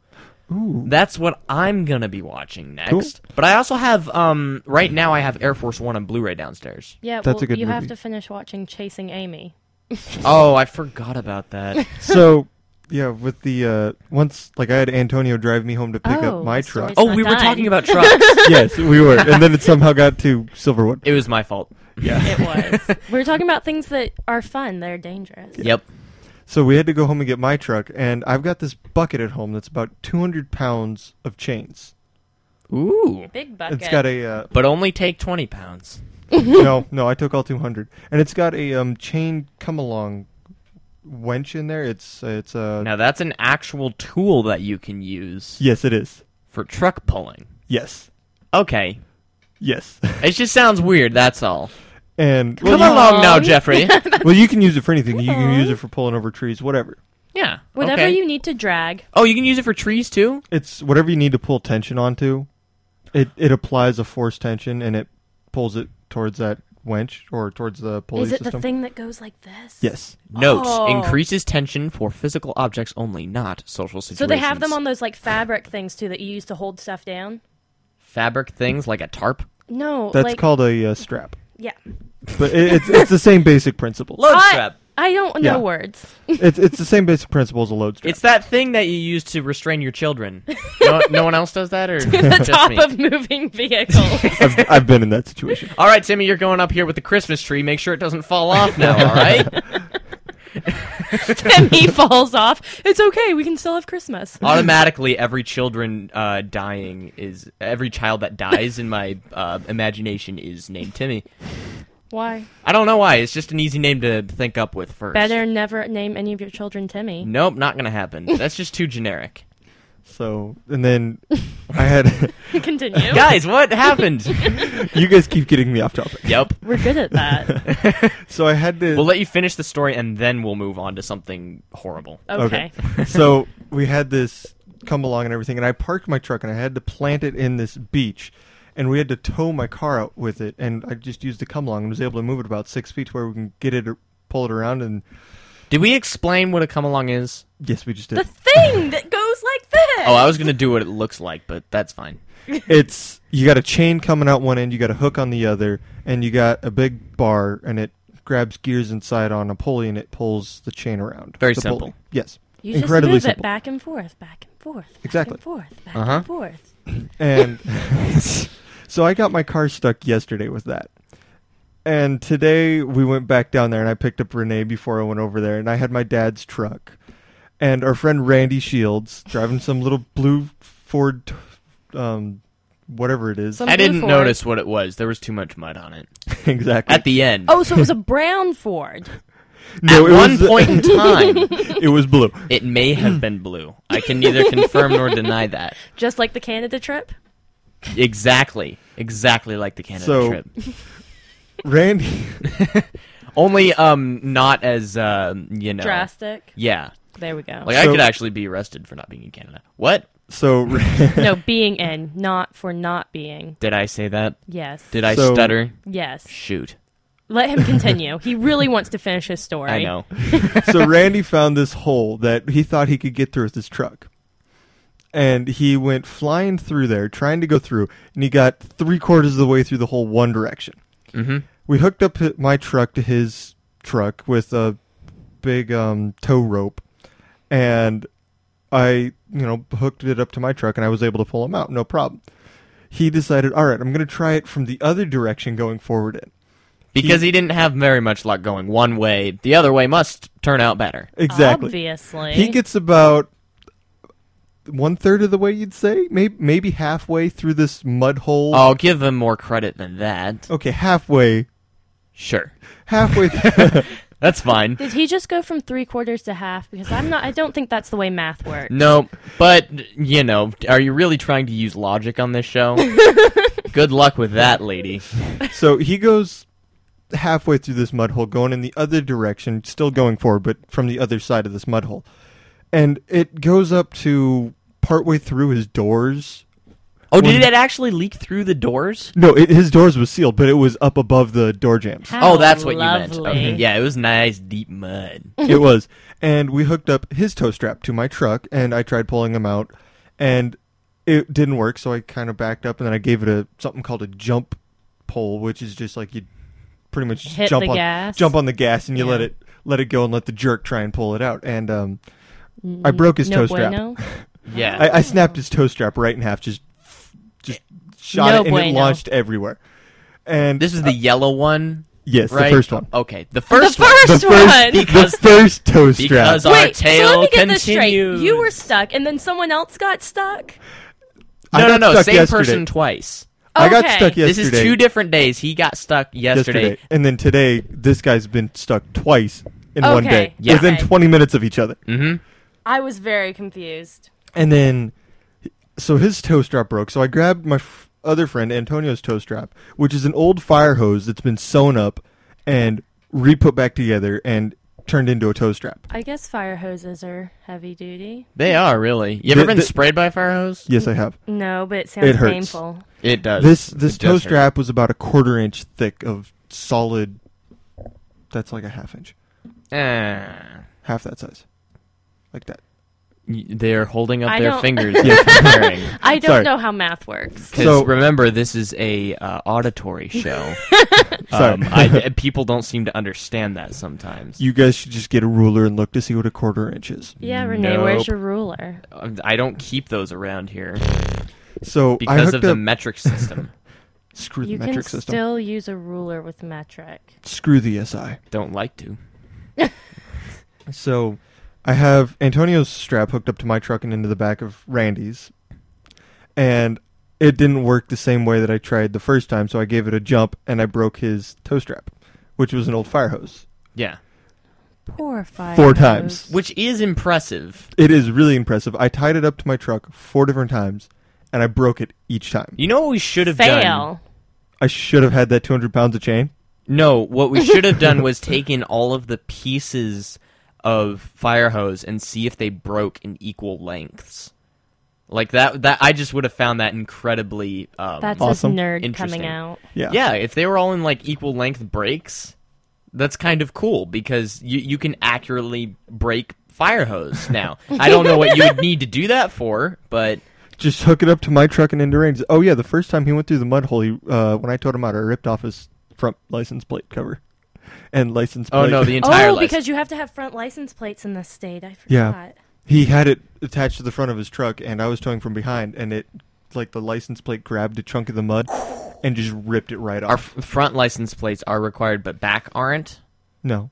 [SPEAKER 4] Ooh.
[SPEAKER 2] that's what I'm gonna be watching next. But I also have um, right now I have Air Force One on Blu-ray downstairs.
[SPEAKER 3] Yeah,
[SPEAKER 4] That's
[SPEAKER 3] well,
[SPEAKER 4] a good
[SPEAKER 3] you have
[SPEAKER 4] movie.
[SPEAKER 3] to finish watching Chasing Amy. [LAUGHS]
[SPEAKER 2] Oh, I forgot about that.
[SPEAKER 4] [LAUGHS] so, yeah, with the uh once like I had Antonio drive me home to pick
[SPEAKER 3] Oh,
[SPEAKER 4] up my
[SPEAKER 3] the story's
[SPEAKER 4] truck.
[SPEAKER 2] oh,
[SPEAKER 3] not
[SPEAKER 2] we were
[SPEAKER 3] done.
[SPEAKER 2] talking about
[SPEAKER 3] [LAUGHS]
[SPEAKER 2] trucks.
[SPEAKER 4] yes, we [LAUGHS] were. And then it somehow got to Silverwood.
[SPEAKER 2] it was my fault. [LAUGHS]
[SPEAKER 3] It
[SPEAKER 4] [LAUGHS]
[SPEAKER 3] was. we were talking about things that are fun. They're dangerous.
[SPEAKER 2] Yep.
[SPEAKER 4] So we had to go home and get my truck and I've got this bucket at home that's about 200 pounds of chains.
[SPEAKER 2] Ooh.
[SPEAKER 3] Big bucket.
[SPEAKER 4] It's got a uh,
[SPEAKER 2] But only take 20 pounds.
[SPEAKER 4] no, no, I took all 200. And it's got a um chain come along wench in there. It's it's uh
[SPEAKER 2] Now, that's an actual tool that you can use
[SPEAKER 4] Yes, it is.
[SPEAKER 2] for truck pulling.
[SPEAKER 4] Yes.
[SPEAKER 2] Okay.
[SPEAKER 4] Yes. [LAUGHS]
[SPEAKER 2] It just sounds weird, that's all.
[SPEAKER 4] and well,
[SPEAKER 2] Come
[SPEAKER 4] you-
[SPEAKER 2] along now,
[SPEAKER 3] on. [LAUGHS]
[SPEAKER 2] Jeffrey.
[SPEAKER 4] well, you can use it for anything. You can use it for pulling over trees, whatever.
[SPEAKER 2] yeah.
[SPEAKER 3] Whatever
[SPEAKER 2] okay.
[SPEAKER 3] you need to drag.
[SPEAKER 2] Oh, you can use it for trees too?
[SPEAKER 4] It's whatever you need to pull tension onto. It it applies a force tension and it pulls it towards that wench or towards the pulley
[SPEAKER 3] Is it
[SPEAKER 4] system.
[SPEAKER 3] the thing that goes like this?
[SPEAKER 4] Yes.
[SPEAKER 2] Note,
[SPEAKER 3] Oh.
[SPEAKER 2] increases tension for physical objects only, not social situations.
[SPEAKER 3] So they have them on those like fabric things too that you use to hold stuff down.
[SPEAKER 2] fabric things like a tarp.
[SPEAKER 3] No,
[SPEAKER 4] That's
[SPEAKER 3] like,
[SPEAKER 4] called a uh, strap.
[SPEAKER 3] yeah.
[SPEAKER 4] But it, it's it's the same basic principle.
[SPEAKER 2] Load
[SPEAKER 3] I,
[SPEAKER 2] strap.
[SPEAKER 3] I don't
[SPEAKER 4] Yeah.
[SPEAKER 3] know words. [LAUGHS]
[SPEAKER 4] It's it's the same basic principle as a load strap.
[SPEAKER 2] It's that thing that you use to restrain your
[SPEAKER 3] [LAUGHS]
[SPEAKER 2] children. no, no one else does that, or
[SPEAKER 3] the
[SPEAKER 2] just
[SPEAKER 3] top
[SPEAKER 2] me?
[SPEAKER 3] of moving [LAUGHS] vehicles.
[SPEAKER 4] I've, I've been in that
[SPEAKER 2] [LAUGHS]
[SPEAKER 4] situation.
[SPEAKER 2] All right, Timmy, you're going up here with the Christmas tree. Make sure it doesn't fall off now. All
[SPEAKER 3] [LAUGHS]
[SPEAKER 2] right.
[SPEAKER 3] and he falls off. It's okay. We can still have [LAUGHS] Christmas.
[SPEAKER 2] automatically every children uh, dying is every child that dies in my uh, imagination is named Timmy.
[SPEAKER 3] Why?
[SPEAKER 2] I don't know why. It's just an easy name to think up with first.
[SPEAKER 3] Better never name any of your children Timmy.
[SPEAKER 2] Nope, not gonna happen.
[SPEAKER 3] [LAUGHS]
[SPEAKER 2] That's just too generic.
[SPEAKER 4] So and then I had [LAUGHS]
[SPEAKER 3] [LAUGHS] Continue.
[SPEAKER 2] Guys, what happened?
[SPEAKER 3] [LAUGHS]
[SPEAKER 4] you guys keep getting me off topic.
[SPEAKER 2] yep.
[SPEAKER 3] We're good at that.
[SPEAKER 4] [LAUGHS] So I had to
[SPEAKER 2] We'll let you finish the story and then we'll move on to something horrible.
[SPEAKER 3] Okay.
[SPEAKER 4] so we had this come along and everything, and I parked my truck and I had to plant it in this beach, and we had to tow my car out with it, and I just used the come along and was able to move it about six feet to where we can get it or pull it around, and
[SPEAKER 2] Did we explain what a come along is?
[SPEAKER 4] yes, we just
[SPEAKER 3] The
[SPEAKER 4] did.
[SPEAKER 3] thing that goes like this.
[SPEAKER 2] Oh, I was gonna do what it looks like, but that's fine.
[SPEAKER 4] it's you got a chain coming out one end, you got a hook on the other, and you got a big bar, and it grabs gears inside on a pulley and it pulls the chain around.
[SPEAKER 2] Very
[SPEAKER 4] The
[SPEAKER 2] simple.
[SPEAKER 4] pulley. Yes.
[SPEAKER 3] you just
[SPEAKER 4] incredibly
[SPEAKER 3] move
[SPEAKER 4] simple.
[SPEAKER 3] it back and forth, back and forth, back
[SPEAKER 4] Exactly.
[SPEAKER 3] and forth, back
[SPEAKER 2] Uh-huh.
[SPEAKER 3] and forth.
[SPEAKER 4] And [LAUGHS] so I got my car stuck yesterday with that. And today we went back down there and I picked up Renee before I went over there and I had my dad's truck. And our friend Randy Shields driving some little blue Ford um whatever it is.
[SPEAKER 3] Some- I'm
[SPEAKER 2] I didn't
[SPEAKER 3] blue for it.
[SPEAKER 2] notice what it was. There was too much mud on it.
[SPEAKER 4] [LAUGHS] exactly.
[SPEAKER 2] At the end.
[SPEAKER 3] Oh, so [LAUGHS] it was a brown Ford.
[SPEAKER 4] no,
[SPEAKER 2] At
[SPEAKER 4] it
[SPEAKER 2] one
[SPEAKER 4] was
[SPEAKER 2] point
[SPEAKER 3] [LAUGHS]
[SPEAKER 2] in time,
[SPEAKER 4] [LAUGHS] it was blue.
[SPEAKER 2] it may
[SPEAKER 4] [CLEARS THROAT]
[SPEAKER 2] have been blue. I can neither confirm nor deny that.
[SPEAKER 3] Just like the Canada trip?
[SPEAKER 2] Exactly. Exactly like the Canada
[SPEAKER 4] So-
[SPEAKER 2] trip.
[SPEAKER 4] Randy [LAUGHS]
[SPEAKER 2] Only um not as um you know
[SPEAKER 3] Drastic.
[SPEAKER 2] Yeah.
[SPEAKER 3] There we go.
[SPEAKER 2] Like I
[SPEAKER 4] So-
[SPEAKER 2] could actually be arrested for not being in Canada. What?
[SPEAKER 4] so [LAUGHS]
[SPEAKER 2] [LAUGHS]
[SPEAKER 3] no, being in, not for not being.
[SPEAKER 2] Did I say that?
[SPEAKER 3] Yes.
[SPEAKER 2] Did I
[SPEAKER 4] So-
[SPEAKER 2] stutter?
[SPEAKER 3] Yes.
[SPEAKER 2] Shoot.
[SPEAKER 3] Let him continue. he really wants to finish his story.
[SPEAKER 2] I
[SPEAKER 4] [LAUGHS]
[SPEAKER 2] know.
[SPEAKER 4] so Randy found this hole that he thought he could get through with his truck. And he went flying through there, trying to go through, and he got three quarters of the way through the hole one direction.
[SPEAKER 2] Mhm.
[SPEAKER 4] We hooked up hi- my truck to his truck with a big um, tow rope, and I, you know, hooked it up to my truck, and I was able to pull him out, no problem. He decided, all right, I'm going to try it from the other direction going forward in.
[SPEAKER 2] Because he didn't have very much luck going one way. The other way must turn out better.
[SPEAKER 4] Exactly.
[SPEAKER 3] Obviously.
[SPEAKER 4] He gets about one third of the way, you'd say, maybe maybe halfway through this mud hole.
[SPEAKER 2] I'll give him more credit than that.
[SPEAKER 4] Okay, halfway,
[SPEAKER 2] Sure.
[SPEAKER 4] halfway.
[SPEAKER 2] That's fine.
[SPEAKER 3] Did he just go from three quarters to half? Because I'm not. I don't think that's the way math works.
[SPEAKER 2] No, but you know, are you really trying to use logic on this show?
[SPEAKER 3] [LAUGHS]
[SPEAKER 2] Good luck with that, lady.
[SPEAKER 4] so he goes halfway through this mud hole, going in the other direction, still going forward, but from the other side of this mud hole, and it goes up to partway through his doors.
[SPEAKER 2] Oh, did
[SPEAKER 4] When-
[SPEAKER 2] it actually leak through the doors?
[SPEAKER 4] No, it, his doors was sealed, but it was up above the door jams.
[SPEAKER 3] How
[SPEAKER 2] Oh, that's what you meant.
[SPEAKER 3] lovely.
[SPEAKER 2] Okay. Yeah, it was nice deep mud.
[SPEAKER 4] [LAUGHS] it was. And we hooked up his tow strap to my truck, and I tried pulling him out, and it didn't work. So I kind of backed up, and then I gave it a something called a jump pull, which is just like you pretty much just
[SPEAKER 3] Hit
[SPEAKER 4] jump
[SPEAKER 3] the
[SPEAKER 4] on
[SPEAKER 3] gas.
[SPEAKER 4] jump on the gas, and you let
[SPEAKER 3] Yeah.
[SPEAKER 4] it let it go, and let the jerk try and pull it out. And um, I broke his
[SPEAKER 3] Mm, no
[SPEAKER 4] toe strap.
[SPEAKER 3] bueno.
[SPEAKER 2] Yeah.
[SPEAKER 4] I, I snapped his toe strap right in half, just just shot
[SPEAKER 3] No
[SPEAKER 4] it, and it
[SPEAKER 3] bueno.
[SPEAKER 4] launched everywhere. And
[SPEAKER 2] This is the yellow one,
[SPEAKER 4] yes,
[SPEAKER 2] right?
[SPEAKER 4] the first one.
[SPEAKER 2] Okay, the first
[SPEAKER 3] the
[SPEAKER 2] one.
[SPEAKER 3] first,
[SPEAKER 4] the
[SPEAKER 3] one.
[SPEAKER 4] first, [LAUGHS] the first toe strap.
[SPEAKER 2] Because our
[SPEAKER 3] Wait,
[SPEAKER 2] tale
[SPEAKER 3] so let me get this straight.
[SPEAKER 2] continues.
[SPEAKER 3] You were stuck, and then someone else got stuck.
[SPEAKER 4] I
[SPEAKER 2] no, no,
[SPEAKER 4] got
[SPEAKER 2] no,
[SPEAKER 4] stuck
[SPEAKER 2] same
[SPEAKER 4] yesterday.
[SPEAKER 2] person twice.
[SPEAKER 4] I got
[SPEAKER 3] Okay.
[SPEAKER 4] stuck yesterday.
[SPEAKER 2] This is two different days. He got stuck yesterday.
[SPEAKER 4] yesterday. And then today, this guy's been stuck twice in one
[SPEAKER 3] Okay,
[SPEAKER 4] day,
[SPEAKER 2] yeah. Mm-hmm.
[SPEAKER 4] within
[SPEAKER 3] okay.
[SPEAKER 4] 20 minutes of each other.
[SPEAKER 3] I was very confused.
[SPEAKER 4] And then, so his toe strap broke. So I grabbed my f- other friend Antonio's toe strap, which is an old fire hose that's been sewn up and re put back together and turned into a toe strap.
[SPEAKER 3] I guess fire hoses are heavy duty.
[SPEAKER 2] They are really. You ever
[SPEAKER 4] The-
[SPEAKER 2] been
[SPEAKER 4] the-
[SPEAKER 2] sprayed by a fire hose?
[SPEAKER 4] Yes, I have.
[SPEAKER 3] No, but it sounds
[SPEAKER 4] It hurts.
[SPEAKER 3] painful.
[SPEAKER 2] It does.
[SPEAKER 4] This
[SPEAKER 2] It does
[SPEAKER 4] this toe
[SPEAKER 2] hurt.
[SPEAKER 4] strap was about a quarter inch thick of solid. That's like a half inch,
[SPEAKER 2] Ah.
[SPEAKER 4] half that size, like that.
[SPEAKER 2] Y- They're holding up
[SPEAKER 3] I
[SPEAKER 2] their
[SPEAKER 3] don't- [LAUGHS]
[SPEAKER 2] fingers.
[SPEAKER 4] Yes.
[SPEAKER 2] Because
[SPEAKER 3] I don't
[SPEAKER 4] Sorry.
[SPEAKER 3] know how math works.
[SPEAKER 4] So-
[SPEAKER 2] remember, this is a uh,
[SPEAKER 4] [LAUGHS]
[SPEAKER 2] auditory show.
[SPEAKER 4] Sorry.
[SPEAKER 2] Um, I, uh, people don't seem to understand that sometimes.
[SPEAKER 4] You guys should just get a ruler and look to see what a quarter inch is.
[SPEAKER 3] Yeah, Renee,
[SPEAKER 2] Nope.
[SPEAKER 3] where's your ruler?
[SPEAKER 2] Uh, I don't keep those around here
[SPEAKER 4] So I
[SPEAKER 2] because
[SPEAKER 4] hooked
[SPEAKER 2] of the
[SPEAKER 4] up. [LAUGHS]
[SPEAKER 2] metric system.
[SPEAKER 4] screw the
[SPEAKER 3] you can
[SPEAKER 4] metric system.
[SPEAKER 3] still use a ruler with metric.
[SPEAKER 4] screw the SI.
[SPEAKER 2] don't like to.
[SPEAKER 4] So I have Antonio's strap hooked up to my truck and into the back of Randy's. And it didn't work the same way that I tried the first time, so I gave it a jump and I broke his toe strap. which was an old fire hose.
[SPEAKER 2] Yeah.
[SPEAKER 3] Poor fire.
[SPEAKER 4] Four
[SPEAKER 3] hose.
[SPEAKER 4] times.
[SPEAKER 2] Which is impressive.
[SPEAKER 4] It is really impressive. I tied it up to my truck four different times, and I broke it each time.
[SPEAKER 2] You know what we should have done?
[SPEAKER 3] Fail.
[SPEAKER 4] I should have had that 200 pounds of chain.
[SPEAKER 2] No, what we should have
[SPEAKER 4] [LAUGHS]
[SPEAKER 2] done was taken all of the pieces of fire hose and see if they broke in equal lengths. Like that that I just would have found that incredibly um
[SPEAKER 3] That's
[SPEAKER 4] Awesome.
[SPEAKER 3] a nerd
[SPEAKER 2] Interesting.
[SPEAKER 3] coming out.
[SPEAKER 4] Yeah.
[SPEAKER 2] Yeah, if they were all in like equal length breaks, that's kind of cool because you you can accurately break fire hose now. I don't know what you would need to do that for, but
[SPEAKER 4] Just hook it up to my truck and into range. Oh, yeah, the first time he went through the mud hole, he, uh, when I towed him out, I ripped off his front license plate cover. And license
[SPEAKER 2] oh
[SPEAKER 4] plate.
[SPEAKER 2] no, the entire
[SPEAKER 3] oh,
[SPEAKER 2] license.
[SPEAKER 3] because you have to have front license plates in this state. I forgot.
[SPEAKER 4] Yeah. [LAUGHS] He had it attached to the front of his truck, and I was towing from behind, and it, like, the license plate grabbed a chunk of the mud and just ripped it right
[SPEAKER 2] our
[SPEAKER 4] off.
[SPEAKER 2] f- front license plates are required but back aren't.
[SPEAKER 4] no.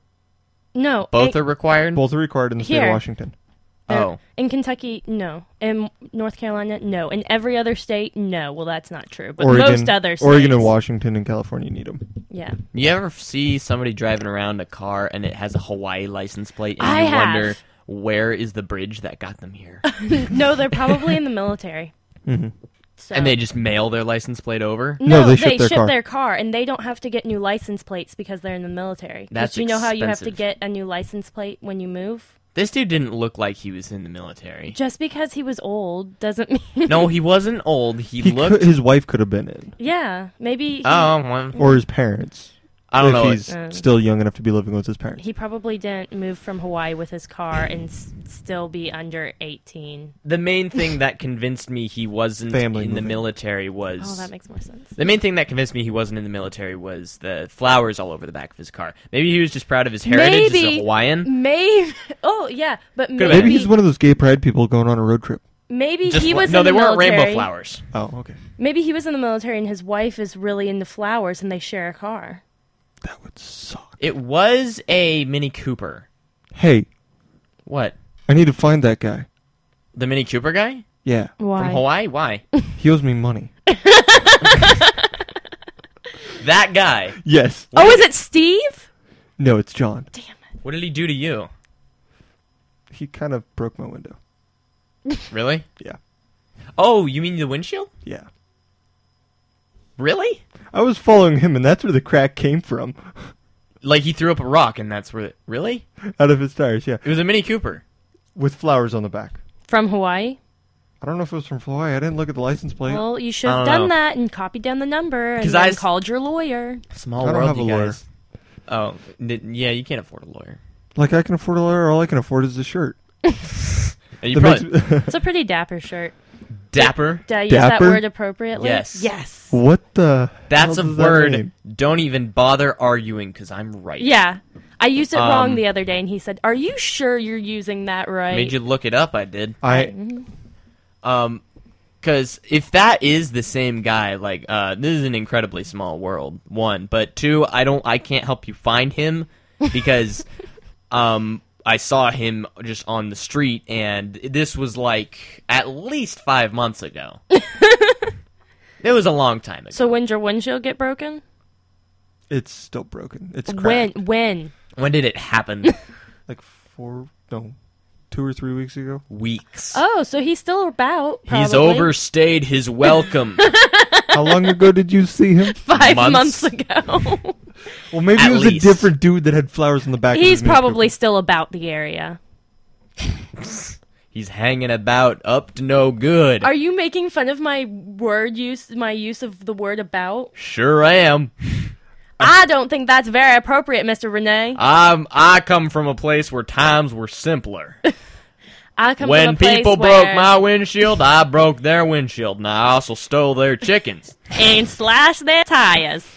[SPEAKER 3] No.
[SPEAKER 2] Both
[SPEAKER 3] it-
[SPEAKER 2] are required.
[SPEAKER 4] Both are required in the state
[SPEAKER 3] Here.
[SPEAKER 4] of Washington.
[SPEAKER 3] they're-
[SPEAKER 2] oh.
[SPEAKER 3] In Kentucky, no. In North Carolina, no. In every other state, no. Well, that's not true. But
[SPEAKER 4] Oregon,
[SPEAKER 3] most other states.
[SPEAKER 4] Oregon and Washington and California need them.
[SPEAKER 3] Yeah.
[SPEAKER 2] You ever see somebody driving around a car and it has a Hawaii license plate and
[SPEAKER 3] I
[SPEAKER 2] you
[SPEAKER 3] have.
[SPEAKER 2] wonder where is the bridge that got them here?
[SPEAKER 3] [LAUGHS] No, they're probably in
[SPEAKER 4] [LAUGHS]
[SPEAKER 3] the military.
[SPEAKER 4] Mm-hmm.
[SPEAKER 3] So.
[SPEAKER 2] and they just mail their license plate over?
[SPEAKER 3] No,
[SPEAKER 4] No, they ship their car.
[SPEAKER 3] and they don't have to get new license plates because they're in the military. 'Cause
[SPEAKER 2] That's
[SPEAKER 3] you know how you have to
[SPEAKER 2] expensive.
[SPEAKER 3] get a new license plate when you move.
[SPEAKER 2] This dude didn't look like he was in the military.
[SPEAKER 3] Just because he was old doesn't [LAUGHS] mean.
[SPEAKER 2] No, he wasn't old. He,
[SPEAKER 4] He
[SPEAKER 2] looked
[SPEAKER 4] could, his wife could have been in,
[SPEAKER 3] yeah, maybe he,
[SPEAKER 2] Oh, well,
[SPEAKER 4] or his parents.
[SPEAKER 2] I don't
[SPEAKER 4] if
[SPEAKER 2] know.
[SPEAKER 4] he's
[SPEAKER 3] Uh.
[SPEAKER 4] still young enough to be living with his parents.
[SPEAKER 3] he probably didn't move from Hawaii with his car and s- still be under eighteen.
[SPEAKER 2] The main thing that convinced me he wasn't
[SPEAKER 4] Family
[SPEAKER 2] in the
[SPEAKER 4] moving.
[SPEAKER 2] military was
[SPEAKER 3] Oh, that makes more sense.
[SPEAKER 2] The main thing that convinced me he wasn't in the military was the flowers all over the back of his car. Maybe he was just proud of his heritage as a
[SPEAKER 3] Maybe-
[SPEAKER 2] Hawaiian.
[SPEAKER 3] [LAUGHS] Maybe. Oh yeah, but
[SPEAKER 2] been.
[SPEAKER 3] maybe
[SPEAKER 4] Maybe he's one of those gay pride people going on a road trip.
[SPEAKER 3] maybe
[SPEAKER 2] Just
[SPEAKER 3] he
[SPEAKER 2] wa-
[SPEAKER 3] was
[SPEAKER 2] no,
[SPEAKER 3] in
[SPEAKER 2] they
[SPEAKER 3] the
[SPEAKER 2] weren't rainbow
[SPEAKER 3] military.
[SPEAKER 2] flowers.
[SPEAKER 4] Oh, okay.
[SPEAKER 3] Maybe he was in the military and his wife is really into flowers and they share a car.
[SPEAKER 4] That would suck.
[SPEAKER 2] It was a Mini Cooper.
[SPEAKER 4] Hey,
[SPEAKER 2] What?
[SPEAKER 4] I need to find that guy.
[SPEAKER 2] The Mini Cooper guy
[SPEAKER 4] Yeah,
[SPEAKER 3] Why?
[SPEAKER 2] from Hawaii? Why?
[SPEAKER 3] [LAUGHS]
[SPEAKER 4] he owes
[SPEAKER 2] [LAUGHS]
[SPEAKER 4] me money.
[SPEAKER 2] that guy.
[SPEAKER 4] yes.
[SPEAKER 3] Oh, is it Steve?
[SPEAKER 4] No, it's John.
[SPEAKER 2] What did he do to you?
[SPEAKER 4] He kind of broke my window.
[SPEAKER 2] Really?
[SPEAKER 4] Yeah.
[SPEAKER 2] Oh, you mean the windshield?
[SPEAKER 4] Yeah.
[SPEAKER 2] Really?
[SPEAKER 4] I was following him, and that's where the crack came from, [LAUGHS]
[SPEAKER 2] Like he threw up a rock and that's where. Really?
[SPEAKER 4] out of his tires. Yeah,
[SPEAKER 2] It was a Mini Cooper.
[SPEAKER 4] with flowers on the back.
[SPEAKER 3] From Hawaii?
[SPEAKER 4] I don't know if it was from Hawaii. I didn't look at the license plate.
[SPEAKER 3] Well, you should
[SPEAKER 2] I
[SPEAKER 3] have
[SPEAKER 2] don't
[SPEAKER 3] done
[SPEAKER 2] know.
[SPEAKER 3] that and copied down the number and
[SPEAKER 2] 'Cause
[SPEAKER 3] then
[SPEAKER 2] I s-
[SPEAKER 3] called your lawyer.
[SPEAKER 2] Small
[SPEAKER 4] I don't
[SPEAKER 2] world,
[SPEAKER 4] have a
[SPEAKER 2] you
[SPEAKER 4] lawyer.
[SPEAKER 2] guys. Oh, n- yeah. You can't afford a lawyer.
[SPEAKER 4] like I can afford a lawyer. All I can afford is a shirt.
[SPEAKER 2] And you
[SPEAKER 4] That
[SPEAKER 2] probably
[SPEAKER 4] [LAUGHS] makes me-
[SPEAKER 3] It's a pretty dapper shirt.
[SPEAKER 2] dapper.
[SPEAKER 3] Did I use that
[SPEAKER 4] Dapper?
[SPEAKER 3] word appropriately?
[SPEAKER 2] Yes.
[SPEAKER 3] Yes.
[SPEAKER 4] what the?
[SPEAKER 2] That's
[SPEAKER 4] hell
[SPEAKER 2] a
[SPEAKER 4] does that
[SPEAKER 2] word.
[SPEAKER 4] mean?
[SPEAKER 2] Don't even bother arguing because I'm right.
[SPEAKER 3] Yeah. I used it
[SPEAKER 2] Um,
[SPEAKER 3] wrong the other day and he said, Are you sure you're using that right?
[SPEAKER 2] Made you look it up. I did.
[SPEAKER 4] I
[SPEAKER 2] Um, because if that is the same guy, like, uh, this is an incredibly small world. One, but two, I don't, I can't help you find
[SPEAKER 3] [LAUGHS]
[SPEAKER 2] him because, um, I saw him just on the street, and this was like at least five months
[SPEAKER 3] [LAUGHS]
[SPEAKER 2] ago. it was a long time ago.
[SPEAKER 3] so when'd your windshield get broken?
[SPEAKER 4] It's still broken. It's
[SPEAKER 3] When?
[SPEAKER 4] cracked.
[SPEAKER 3] When?
[SPEAKER 2] when did it
[SPEAKER 3] [LAUGHS]
[SPEAKER 2] happen?
[SPEAKER 4] Like four, no, two or three weeks ago.
[SPEAKER 2] Weeks.
[SPEAKER 3] Oh, so he's still about. Probably.
[SPEAKER 2] He's overstayed his welcome.
[SPEAKER 4] How long ago did you see him?
[SPEAKER 3] [LAUGHS] five
[SPEAKER 2] months. [LAUGHS]
[SPEAKER 3] months ago.
[SPEAKER 4] Well, maybe
[SPEAKER 2] At
[SPEAKER 4] it was
[SPEAKER 2] least.
[SPEAKER 4] a different dude that had flowers in the back.
[SPEAKER 3] [LAUGHS] he's
[SPEAKER 4] of his
[SPEAKER 3] probably
[SPEAKER 4] newspaper.
[SPEAKER 3] still about the area.
[SPEAKER 2] He's hanging about up to no good.
[SPEAKER 3] Are you making fun of my word use, my use of the word about?
[SPEAKER 2] sure am.
[SPEAKER 3] I don't think that's very appropriate, Mr. Renee.
[SPEAKER 2] I'm, I come from a place where times were simpler.
[SPEAKER 3] I come [LAUGHS] from
[SPEAKER 2] when
[SPEAKER 3] a place
[SPEAKER 2] people
[SPEAKER 3] where,
[SPEAKER 2] broke my windshield, I broke their windshield, and I also stole their chickens.
[SPEAKER 3] and slash their tires.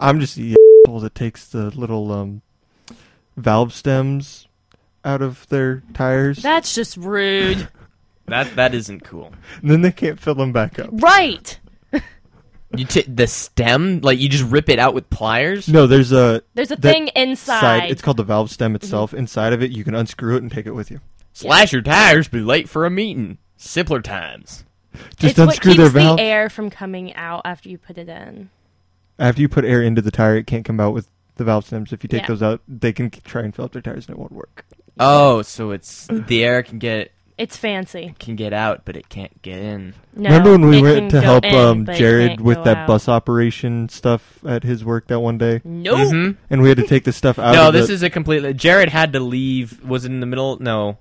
[SPEAKER 4] I'm just the asshole that takes the little um, valve stems out of their tires,
[SPEAKER 3] That's just rude.
[SPEAKER 2] That that isn't cool.
[SPEAKER 4] and then they can't fill them back up.
[SPEAKER 3] right.
[SPEAKER 2] You t- the stem, like you just rip it out with pliers.
[SPEAKER 4] No, there's a
[SPEAKER 3] There's a
[SPEAKER 4] that
[SPEAKER 3] thing inside.
[SPEAKER 4] side. It's called the valve stem
[SPEAKER 3] Mm-hmm.
[SPEAKER 4] itself. Inside of it, you can unscrew it and take it with you.
[SPEAKER 2] Slash your tires, be late for a meeting. Simpler times.
[SPEAKER 4] Just
[SPEAKER 3] It's what
[SPEAKER 4] unscrew
[SPEAKER 3] keeps
[SPEAKER 4] their
[SPEAKER 3] the
[SPEAKER 4] valve.
[SPEAKER 3] air from coming out after you put it in.
[SPEAKER 4] After you put air into the tire, it can't come out with the valve stems. If you take
[SPEAKER 3] Yeah.
[SPEAKER 4] those out, they can k- try and fill up their tires, and it won't work.
[SPEAKER 2] Oh, so it's the air can get
[SPEAKER 3] It's fancy.
[SPEAKER 2] can get out, but it can't get in.
[SPEAKER 3] No,
[SPEAKER 4] Remember when we
[SPEAKER 3] it
[SPEAKER 4] went
[SPEAKER 3] can
[SPEAKER 4] to
[SPEAKER 3] go
[SPEAKER 4] help
[SPEAKER 3] in,
[SPEAKER 4] um,
[SPEAKER 3] but it
[SPEAKER 4] Jared
[SPEAKER 3] can't
[SPEAKER 4] with
[SPEAKER 3] go
[SPEAKER 4] that
[SPEAKER 3] out. Mm-hmm.
[SPEAKER 4] bus operation stuff at his work that one day,
[SPEAKER 3] Nope.
[SPEAKER 2] Mhm.
[SPEAKER 4] and we had to take
[SPEAKER 2] [LAUGHS]
[SPEAKER 4] the stuff out?
[SPEAKER 2] No,
[SPEAKER 4] of
[SPEAKER 2] this
[SPEAKER 4] the-
[SPEAKER 2] is a completely. Jared had to leave. Was it in the middle? No,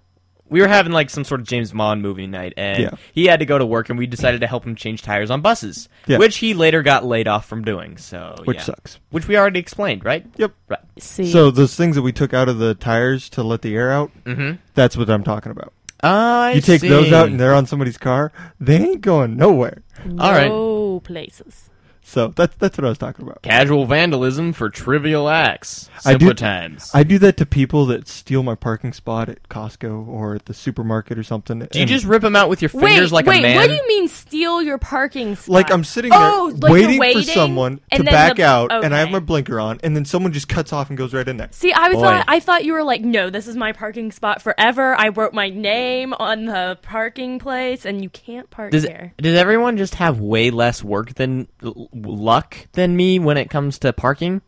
[SPEAKER 2] we were having like some sort of James Bond movie night, and
[SPEAKER 4] Yeah.
[SPEAKER 2] he had to go to work, and we decided to help him change tires on buses,
[SPEAKER 4] Yeah.
[SPEAKER 2] which he later got laid off from doing. So
[SPEAKER 4] which
[SPEAKER 2] yeah.
[SPEAKER 4] sucks.
[SPEAKER 2] which we already explained, right?
[SPEAKER 4] Yep.
[SPEAKER 2] Right.
[SPEAKER 3] See,
[SPEAKER 4] So those things that we took out of the tires to let the air out,
[SPEAKER 2] Mm-hmm.
[SPEAKER 4] that's what I'm talking about.
[SPEAKER 2] I
[SPEAKER 4] you take those out and
[SPEAKER 2] see.
[SPEAKER 4] they're on somebody's car, they ain't going nowhere.
[SPEAKER 3] no
[SPEAKER 2] all right.
[SPEAKER 3] places.
[SPEAKER 4] So that's that's what I was talking about.
[SPEAKER 2] Casual vandalism for trivial acts.
[SPEAKER 4] I
[SPEAKER 2] Simpler
[SPEAKER 4] do-
[SPEAKER 2] times.
[SPEAKER 4] I do that to people that steal my parking spot at Costco or at the supermarket or something.
[SPEAKER 2] do you just rip them out with your fingers like
[SPEAKER 3] Wait, wait.
[SPEAKER 2] a man?
[SPEAKER 3] What do you mean steal your parking spot?
[SPEAKER 4] like I'm sitting there
[SPEAKER 3] Oh, like you're
[SPEAKER 4] waiting,
[SPEAKER 3] waiting,
[SPEAKER 4] for someone to
[SPEAKER 3] and then
[SPEAKER 4] back
[SPEAKER 3] the-
[SPEAKER 4] out, and I have
[SPEAKER 3] okay.
[SPEAKER 4] my blinker on, and then someone just cuts off and goes right in there.
[SPEAKER 3] See, I
[SPEAKER 2] Boy.
[SPEAKER 3] thought I thought you were like, no, this is my parking spot forever. I wrote my name on the parking place, and you can't park
[SPEAKER 2] does,
[SPEAKER 3] here.
[SPEAKER 2] does everyone just have way less work than l- luck than me when it comes to parking?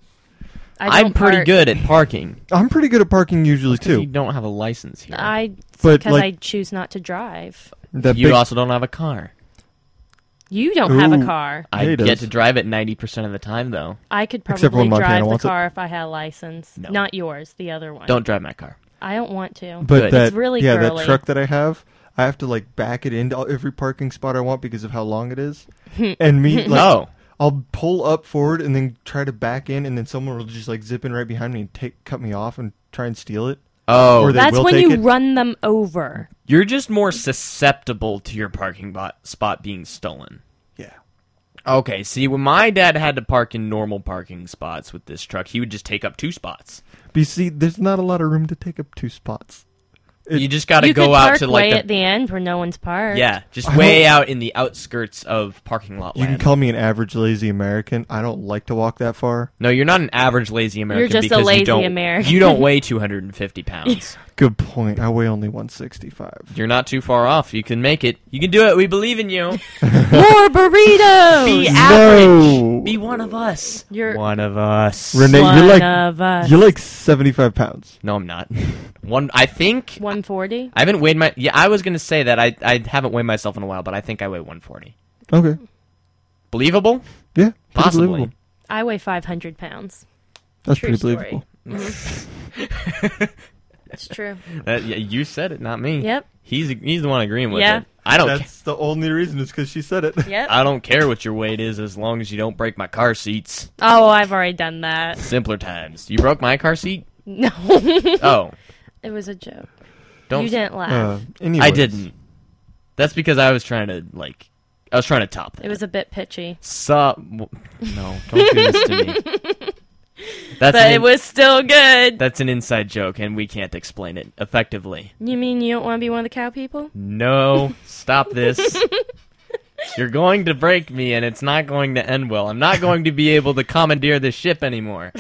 [SPEAKER 3] I
[SPEAKER 2] I'm pretty good at parking.
[SPEAKER 4] I'm pretty good at parking usually
[SPEAKER 2] You
[SPEAKER 4] too.
[SPEAKER 2] don't have a license here.
[SPEAKER 3] I
[SPEAKER 4] But,
[SPEAKER 3] because I
[SPEAKER 4] like-
[SPEAKER 3] choose not to drive.
[SPEAKER 4] That
[SPEAKER 2] you
[SPEAKER 4] big-
[SPEAKER 2] also don't have a car.
[SPEAKER 3] You don't have
[SPEAKER 4] Ooh.
[SPEAKER 3] a car.
[SPEAKER 2] I
[SPEAKER 4] He does.
[SPEAKER 2] get to drive it 90% of the time, though.
[SPEAKER 3] I could
[SPEAKER 4] Except for
[SPEAKER 3] probably
[SPEAKER 4] when Montana
[SPEAKER 3] drive the
[SPEAKER 4] wants it.
[SPEAKER 3] car if I had a license.
[SPEAKER 2] No.
[SPEAKER 3] Not yours, the other one.
[SPEAKER 2] Don't drive my car.
[SPEAKER 3] I don't want to.
[SPEAKER 4] but
[SPEAKER 2] Good.
[SPEAKER 4] that
[SPEAKER 3] It's really
[SPEAKER 4] yeah, that
[SPEAKER 3] girly.
[SPEAKER 4] truck that I have, I have to like back it into every parking spot I want because of how long it
[SPEAKER 3] [LAUGHS]
[SPEAKER 4] is, and me like.
[SPEAKER 2] no.
[SPEAKER 4] I'll pull up forward and then try to back in, and then someone will just like zip in right behind me and take cut me off and try and steal it.
[SPEAKER 2] Oh,
[SPEAKER 4] Or they
[SPEAKER 3] That's
[SPEAKER 4] will
[SPEAKER 3] when
[SPEAKER 4] take
[SPEAKER 3] you
[SPEAKER 4] it.
[SPEAKER 3] run them over.
[SPEAKER 2] you're just more susceptible to your parking bot- spot being stolen.
[SPEAKER 4] Yeah.
[SPEAKER 2] Okay, see, when my dad had to park in normal parking spots with this truck, he would just take up two spots.
[SPEAKER 4] But you see, there's not a lot of room to take up two spots. It-
[SPEAKER 2] you just got to
[SPEAKER 3] you
[SPEAKER 2] go
[SPEAKER 3] could
[SPEAKER 2] out
[SPEAKER 3] park
[SPEAKER 2] to
[SPEAKER 3] way
[SPEAKER 2] like
[SPEAKER 3] at the end where no one's parked.
[SPEAKER 2] yeah, just
[SPEAKER 4] I
[SPEAKER 2] way
[SPEAKER 4] don't-
[SPEAKER 2] out in the outskirts of parking lot
[SPEAKER 4] You can
[SPEAKER 2] land.
[SPEAKER 4] call me an average lazy American. I don't like to walk that far.
[SPEAKER 2] no, you're not an average lazy American.
[SPEAKER 3] just a
[SPEAKER 2] because you
[SPEAKER 3] lazy
[SPEAKER 2] don't,
[SPEAKER 3] American.
[SPEAKER 2] You don't weigh 250 [LAUGHS] pounds.
[SPEAKER 4] Good point. I weigh only 165.
[SPEAKER 2] you're not too far off. You can make it. You can do it. We believe in [LAUGHS] you.
[SPEAKER 3] [LAUGHS] More
[SPEAKER 2] Be
[SPEAKER 4] No.
[SPEAKER 3] burritos.
[SPEAKER 2] average. Oh, Be one of us.
[SPEAKER 3] You're
[SPEAKER 2] one of us.
[SPEAKER 4] Renee,
[SPEAKER 3] one
[SPEAKER 4] you're like
[SPEAKER 3] of us.
[SPEAKER 4] you're like 75 pounds.
[SPEAKER 2] no, I'm not. [LAUGHS] One. I think.
[SPEAKER 3] 140.
[SPEAKER 2] I haven't weighed my. Yeah, I was gonna say that. I I haven't weighed myself in a while, but I think I weigh 140.
[SPEAKER 4] Okay.
[SPEAKER 2] Believable?
[SPEAKER 4] Yeah. pretty
[SPEAKER 2] Possibly.
[SPEAKER 4] believable.
[SPEAKER 3] I weigh
[SPEAKER 2] [LAUGHS]
[SPEAKER 3] 500 pounds.
[SPEAKER 4] That's
[SPEAKER 3] True
[SPEAKER 4] pretty
[SPEAKER 3] story.
[SPEAKER 4] believable.
[SPEAKER 3] It's true.
[SPEAKER 2] That- yeah, you said it, not me.
[SPEAKER 3] Yep.
[SPEAKER 2] He's he's the one agreeing with
[SPEAKER 3] Yeah.
[SPEAKER 2] it. I don't. ca-
[SPEAKER 4] That's the only reason is because she said it.
[SPEAKER 3] Yep.
[SPEAKER 2] I don't care what your weight is as long as you don't break my car seats.
[SPEAKER 3] oh, I've already done that. [LAUGHS]
[SPEAKER 2] Simpler times. You broke my car seat?
[SPEAKER 3] No.
[SPEAKER 2] Oh.
[SPEAKER 3] it was a joke.
[SPEAKER 2] Don't
[SPEAKER 3] you didn't laugh.
[SPEAKER 4] [LAUGHS] Uh, anyways.
[SPEAKER 2] I didn't. That's because I was trying to like I was trying to top that.
[SPEAKER 3] it was a bit pitchy.
[SPEAKER 2] so w- No, don't do this to
[SPEAKER 3] [LAUGHS]
[SPEAKER 2] me. That's
[SPEAKER 3] But
[SPEAKER 2] an
[SPEAKER 3] it
[SPEAKER 2] in-
[SPEAKER 3] was still good.
[SPEAKER 2] that's an inside joke and we can't explain it effectively.
[SPEAKER 3] You mean you don't want to be one of the cow people?
[SPEAKER 2] No, stop
[SPEAKER 3] [LAUGHS]
[SPEAKER 2] this. You're going to break me and it's not going to end well. I'm not going to be able to commandeer this ship
[SPEAKER 3] [LAUGHS]
[SPEAKER 2] anymore.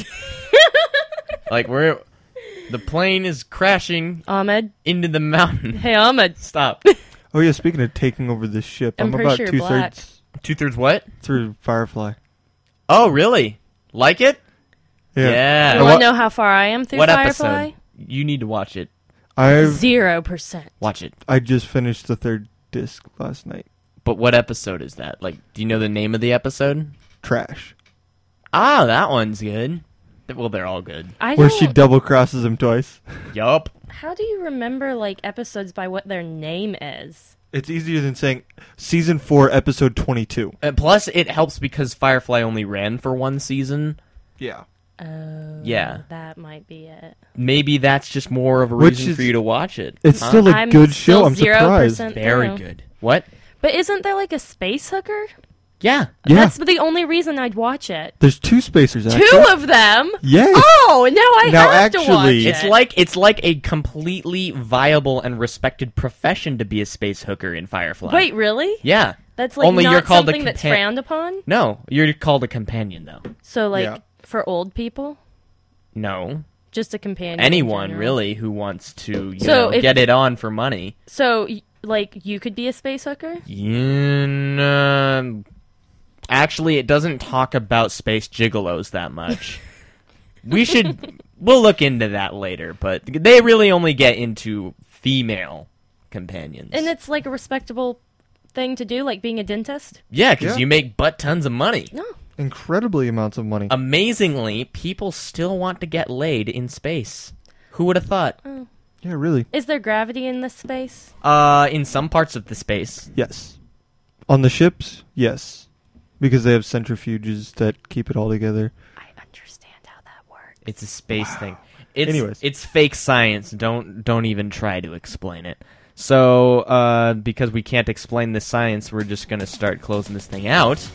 [SPEAKER 2] like we're the plane is crashing
[SPEAKER 3] Ahmed.
[SPEAKER 2] into the mountain.
[SPEAKER 3] Hey, Ahmed.
[SPEAKER 2] Stop.
[SPEAKER 4] Oh yeah. Speaking of taking over this ship,
[SPEAKER 3] I'm
[SPEAKER 4] I'm,
[SPEAKER 3] pretty
[SPEAKER 4] about
[SPEAKER 3] sure
[SPEAKER 4] two
[SPEAKER 3] you're black.
[SPEAKER 4] thirds
[SPEAKER 2] Two thirds what?
[SPEAKER 4] through Firefly.
[SPEAKER 2] Oh, really? Like it?
[SPEAKER 3] You
[SPEAKER 4] I
[SPEAKER 3] want
[SPEAKER 4] wa-
[SPEAKER 3] to know how far I am through
[SPEAKER 2] What
[SPEAKER 3] Firefly?
[SPEAKER 2] episode? You need to watch it.
[SPEAKER 4] I've
[SPEAKER 3] Zero percent.
[SPEAKER 2] Watch it.
[SPEAKER 4] I just finished the third disc last night.
[SPEAKER 2] But what episode is that? Like, do you know the name of the episode?
[SPEAKER 4] Trash.
[SPEAKER 2] Ah, that one's good. Th- Well, they're all good.
[SPEAKER 3] I
[SPEAKER 4] Where
[SPEAKER 3] don't.
[SPEAKER 4] she double crosses him twice.
[SPEAKER 2] Yup.
[SPEAKER 3] how do you remember like episodes by what their name is?
[SPEAKER 4] It's easier than saying season four, episode twenty-two.
[SPEAKER 2] And plus, it helps because Firefly only ran for one season.
[SPEAKER 4] Yeah.
[SPEAKER 3] Oh,
[SPEAKER 2] Yeah.
[SPEAKER 3] that might be it.
[SPEAKER 2] Maybe that's just more of a
[SPEAKER 4] Which
[SPEAKER 2] reason
[SPEAKER 4] is-
[SPEAKER 2] for you to watch it.
[SPEAKER 4] It's
[SPEAKER 2] huh?
[SPEAKER 4] still a
[SPEAKER 3] I'm
[SPEAKER 4] good
[SPEAKER 3] still
[SPEAKER 4] show. I'm surprised.
[SPEAKER 3] 0%
[SPEAKER 2] very
[SPEAKER 3] through.
[SPEAKER 2] good. What?
[SPEAKER 3] But isn't there like a space hooker?
[SPEAKER 2] Yeah.
[SPEAKER 4] Yeah.
[SPEAKER 3] That's the only reason I'd watch it.
[SPEAKER 4] There's two spacers.
[SPEAKER 3] Two of them.
[SPEAKER 4] Yes.
[SPEAKER 3] Oh, now I
[SPEAKER 4] Now,
[SPEAKER 3] have to watch
[SPEAKER 4] actually-
[SPEAKER 3] it.
[SPEAKER 2] It's like it's like a completely viable and respected profession to be a space hooker in Firefly.
[SPEAKER 3] wait, really?
[SPEAKER 2] Yeah.
[SPEAKER 3] That's like
[SPEAKER 2] Only
[SPEAKER 3] not
[SPEAKER 2] you're called a
[SPEAKER 3] something that's
[SPEAKER 2] compa-
[SPEAKER 3] frowned upon.
[SPEAKER 2] No, you're called a companion though.
[SPEAKER 3] So like
[SPEAKER 4] Yeah.
[SPEAKER 3] for old people,
[SPEAKER 2] No.
[SPEAKER 3] just a companion. in
[SPEAKER 2] Anyone
[SPEAKER 3] general.
[SPEAKER 2] really who wants to you
[SPEAKER 3] So
[SPEAKER 2] know,
[SPEAKER 3] if-
[SPEAKER 2] get it on for money.
[SPEAKER 3] So y- like you could be a space hooker.
[SPEAKER 2] You um,
[SPEAKER 3] [LAUGHS]
[SPEAKER 2] know, actually, it doesn't talk about space gigolos that much. we should we'll look into that later, but they really only get into female companions.
[SPEAKER 3] And it's like a respectable thing to do, like being a dentist.
[SPEAKER 2] yeah, because
[SPEAKER 4] Yeah.
[SPEAKER 2] you make butt tons of money.
[SPEAKER 3] No.
[SPEAKER 4] Incredibly amounts of money.
[SPEAKER 2] Amazingly, people still want to get laid in space. Who would have thought?
[SPEAKER 4] yeah, really.
[SPEAKER 3] Is there gravity in this space?
[SPEAKER 2] Uh, in some parts of the space,
[SPEAKER 4] Yes. On the ships, yes. Because they have centrifuges that keep it all together.
[SPEAKER 3] I understand how that works.
[SPEAKER 2] it's a space thing. It's,
[SPEAKER 4] Anyways.
[SPEAKER 2] it's fake science. Don't don't even try to explain it. So, uh, because we can't explain the science, we're just gonna start closing this thing out.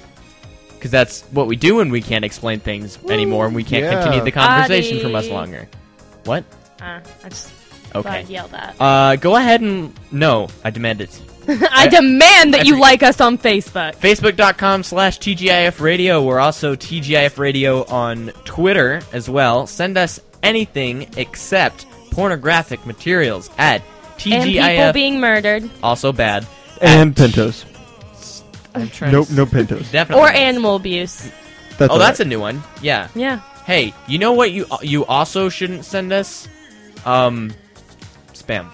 [SPEAKER 2] Because that's what we do when we can't explain things anymore, and we can't
[SPEAKER 4] Yeah.
[SPEAKER 2] continue the conversation for much
[SPEAKER 3] Buddy.
[SPEAKER 2] longer. What?
[SPEAKER 3] Uh, I just thought
[SPEAKER 2] Okay.
[SPEAKER 3] I'd yell that.
[SPEAKER 2] [LAUGHS] Uh, go ahead and no, I demand it.
[SPEAKER 3] I demand that you
[SPEAKER 2] every-
[SPEAKER 3] like us on Facebook.
[SPEAKER 2] Facebook.com slash TGIF Radio. We're also TGIF Radio on Twitter as well. Send us anything except pornographic materials at
[SPEAKER 3] And people
[SPEAKER 2] TGIF.
[SPEAKER 3] being murdered.
[SPEAKER 2] also bad.
[SPEAKER 4] And Pentos.
[SPEAKER 2] I'm trying
[SPEAKER 4] Nope,
[SPEAKER 2] to-
[SPEAKER 4] no
[SPEAKER 3] [LAUGHS]
[SPEAKER 4] Pentos.
[SPEAKER 2] Definitely.
[SPEAKER 3] Or animal abuse.
[SPEAKER 4] That's
[SPEAKER 2] Oh, that's
[SPEAKER 4] it.
[SPEAKER 2] a new one. Yeah.
[SPEAKER 3] Yeah.
[SPEAKER 2] Hey, you know what you you also shouldn't send us? Um,
[SPEAKER 3] [LAUGHS]
[SPEAKER 2] spam.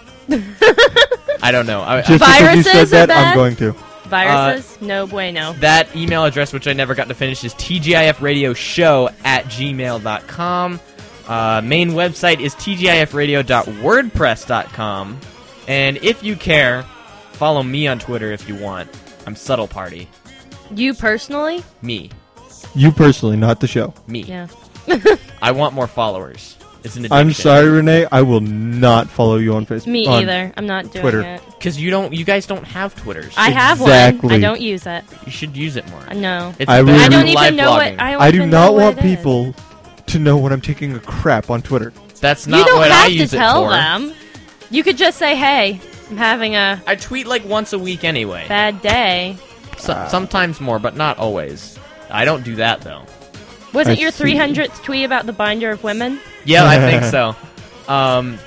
[SPEAKER 2] I don't know. I, I-
[SPEAKER 4] Just because you
[SPEAKER 3] Viruses
[SPEAKER 4] said that,
[SPEAKER 3] are bad?
[SPEAKER 4] I'm going to.
[SPEAKER 2] Uh,
[SPEAKER 3] Viruses? no bueno.
[SPEAKER 2] That email address, which I never got to finish, is tgifradioshow at gmail.com. Uh, main website is tgifradio.wordpress.com. And if you care, follow me on Twitter if you want. I'm Subtle Party.
[SPEAKER 3] You personally?
[SPEAKER 2] Me.
[SPEAKER 4] You personally, not the show.
[SPEAKER 2] Me.
[SPEAKER 3] Yeah.
[SPEAKER 2] I want more followers. It's an addiction.
[SPEAKER 4] I'm sorry, Renee. I will not follow you on Facebook.
[SPEAKER 3] Me
[SPEAKER 4] on-
[SPEAKER 3] either. I'm not doing
[SPEAKER 4] Twitter.
[SPEAKER 3] it.
[SPEAKER 2] Because you don't, you guys don't have Twitters.
[SPEAKER 3] I have one.
[SPEAKER 4] Exactly.
[SPEAKER 3] I don't use it.
[SPEAKER 2] you should use it more.
[SPEAKER 3] No.
[SPEAKER 2] It's
[SPEAKER 4] I
[SPEAKER 2] better
[SPEAKER 4] really-
[SPEAKER 2] than
[SPEAKER 3] I don't
[SPEAKER 2] live
[SPEAKER 3] even know
[SPEAKER 2] blogging.
[SPEAKER 3] what I don't
[SPEAKER 4] I do
[SPEAKER 3] even know
[SPEAKER 4] not
[SPEAKER 3] what
[SPEAKER 4] want
[SPEAKER 3] it is.
[SPEAKER 4] people to know when I'm taking a crap on Twitter.
[SPEAKER 2] That's
[SPEAKER 3] You
[SPEAKER 2] not
[SPEAKER 3] don't
[SPEAKER 2] what
[SPEAKER 3] have
[SPEAKER 2] I use
[SPEAKER 3] to
[SPEAKER 2] it
[SPEAKER 3] tell
[SPEAKER 2] for.
[SPEAKER 3] them. You could just say, "Hey, I'm having a
[SPEAKER 2] I tweet like once a week anyway.
[SPEAKER 3] bad day."
[SPEAKER 2] So- sometimes more, but not always. I don't do that though.
[SPEAKER 3] Was
[SPEAKER 4] I
[SPEAKER 3] it your
[SPEAKER 4] see.
[SPEAKER 3] 300th tweet about the binder of women?
[SPEAKER 2] [LAUGHS] Yeah, I think so. Um,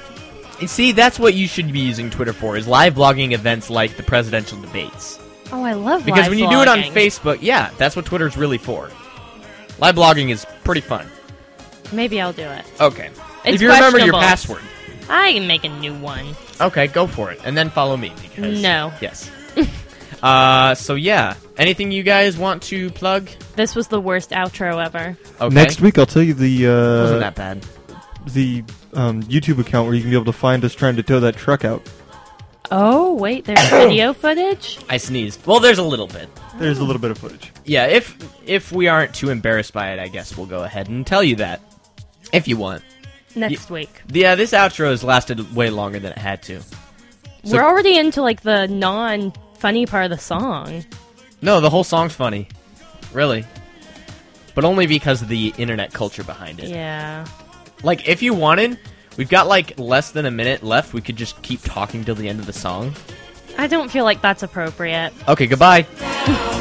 [SPEAKER 2] and see, that's what you should be using Twitter for is live blogging events like the presidential debates.
[SPEAKER 3] Oh, I love
[SPEAKER 2] Because
[SPEAKER 3] live
[SPEAKER 2] when you do it on
[SPEAKER 3] blogging.
[SPEAKER 2] Facebook, yeah, that's what Twitter's really for. Live blogging is pretty fun.
[SPEAKER 3] maybe I'll do it.
[SPEAKER 2] Okay.
[SPEAKER 3] It's
[SPEAKER 2] if you remember your
[SPEAKER 3] questionable.
[SPEAKER 2] password.
[SPEAKER 3] I can make a new one.
[SPEAKER 2] Okay, go for it. And then follow me because
[SPEAKER 3] No.
[SPEAKER 2] Yes. [LAUGHS] uh so yeah. Anything you guys want to plug?
[SPEAKER 3] This was the worst outro ever.
[SPEAKER 2] Okay.
[SPEAKER 4] Next week, I'll tell you the
[SPEAKER 2] wasn't
[SPEAKER 4] uh,
[SPEAKER 2] that bad.
[SPEAKER 4] the um, YouTube account where you can be able to find us trying to tow that truck out.
[SPEAKER 3] Oh
[SPEAKER 4] [COUGHS]
[SPEAKER 3] wait, there's video footage.
[SPEAKER 2] I sneezed. Well, there's a little bit.
[SPEAKER 4] There's a little bit of footage.
[SPEAKER 2] yeah, if if we aren't too embarrassed by it, I guess we'll go ahead and tell you that if you want.
[SPEAKER 3] Next week,
[SPEAKER 2] Yeah, this outro has lasted way longer than it had to. So-
[SPEAKER 3] we're already into like the non-funny part of the song.
[SPEAKER 2] No, the whole song's funny, really, but only because of the internet culture behind it.
[SPEAKER 3] Yeah.
[SPEAKER 2] Like, if you wanted, we've got like less than a minute left. We could just keep talking till the end of the song.
[SPEAKER 3] I don't feel like that's appropriate.
[SPEAKER 2] Okay, goodbye.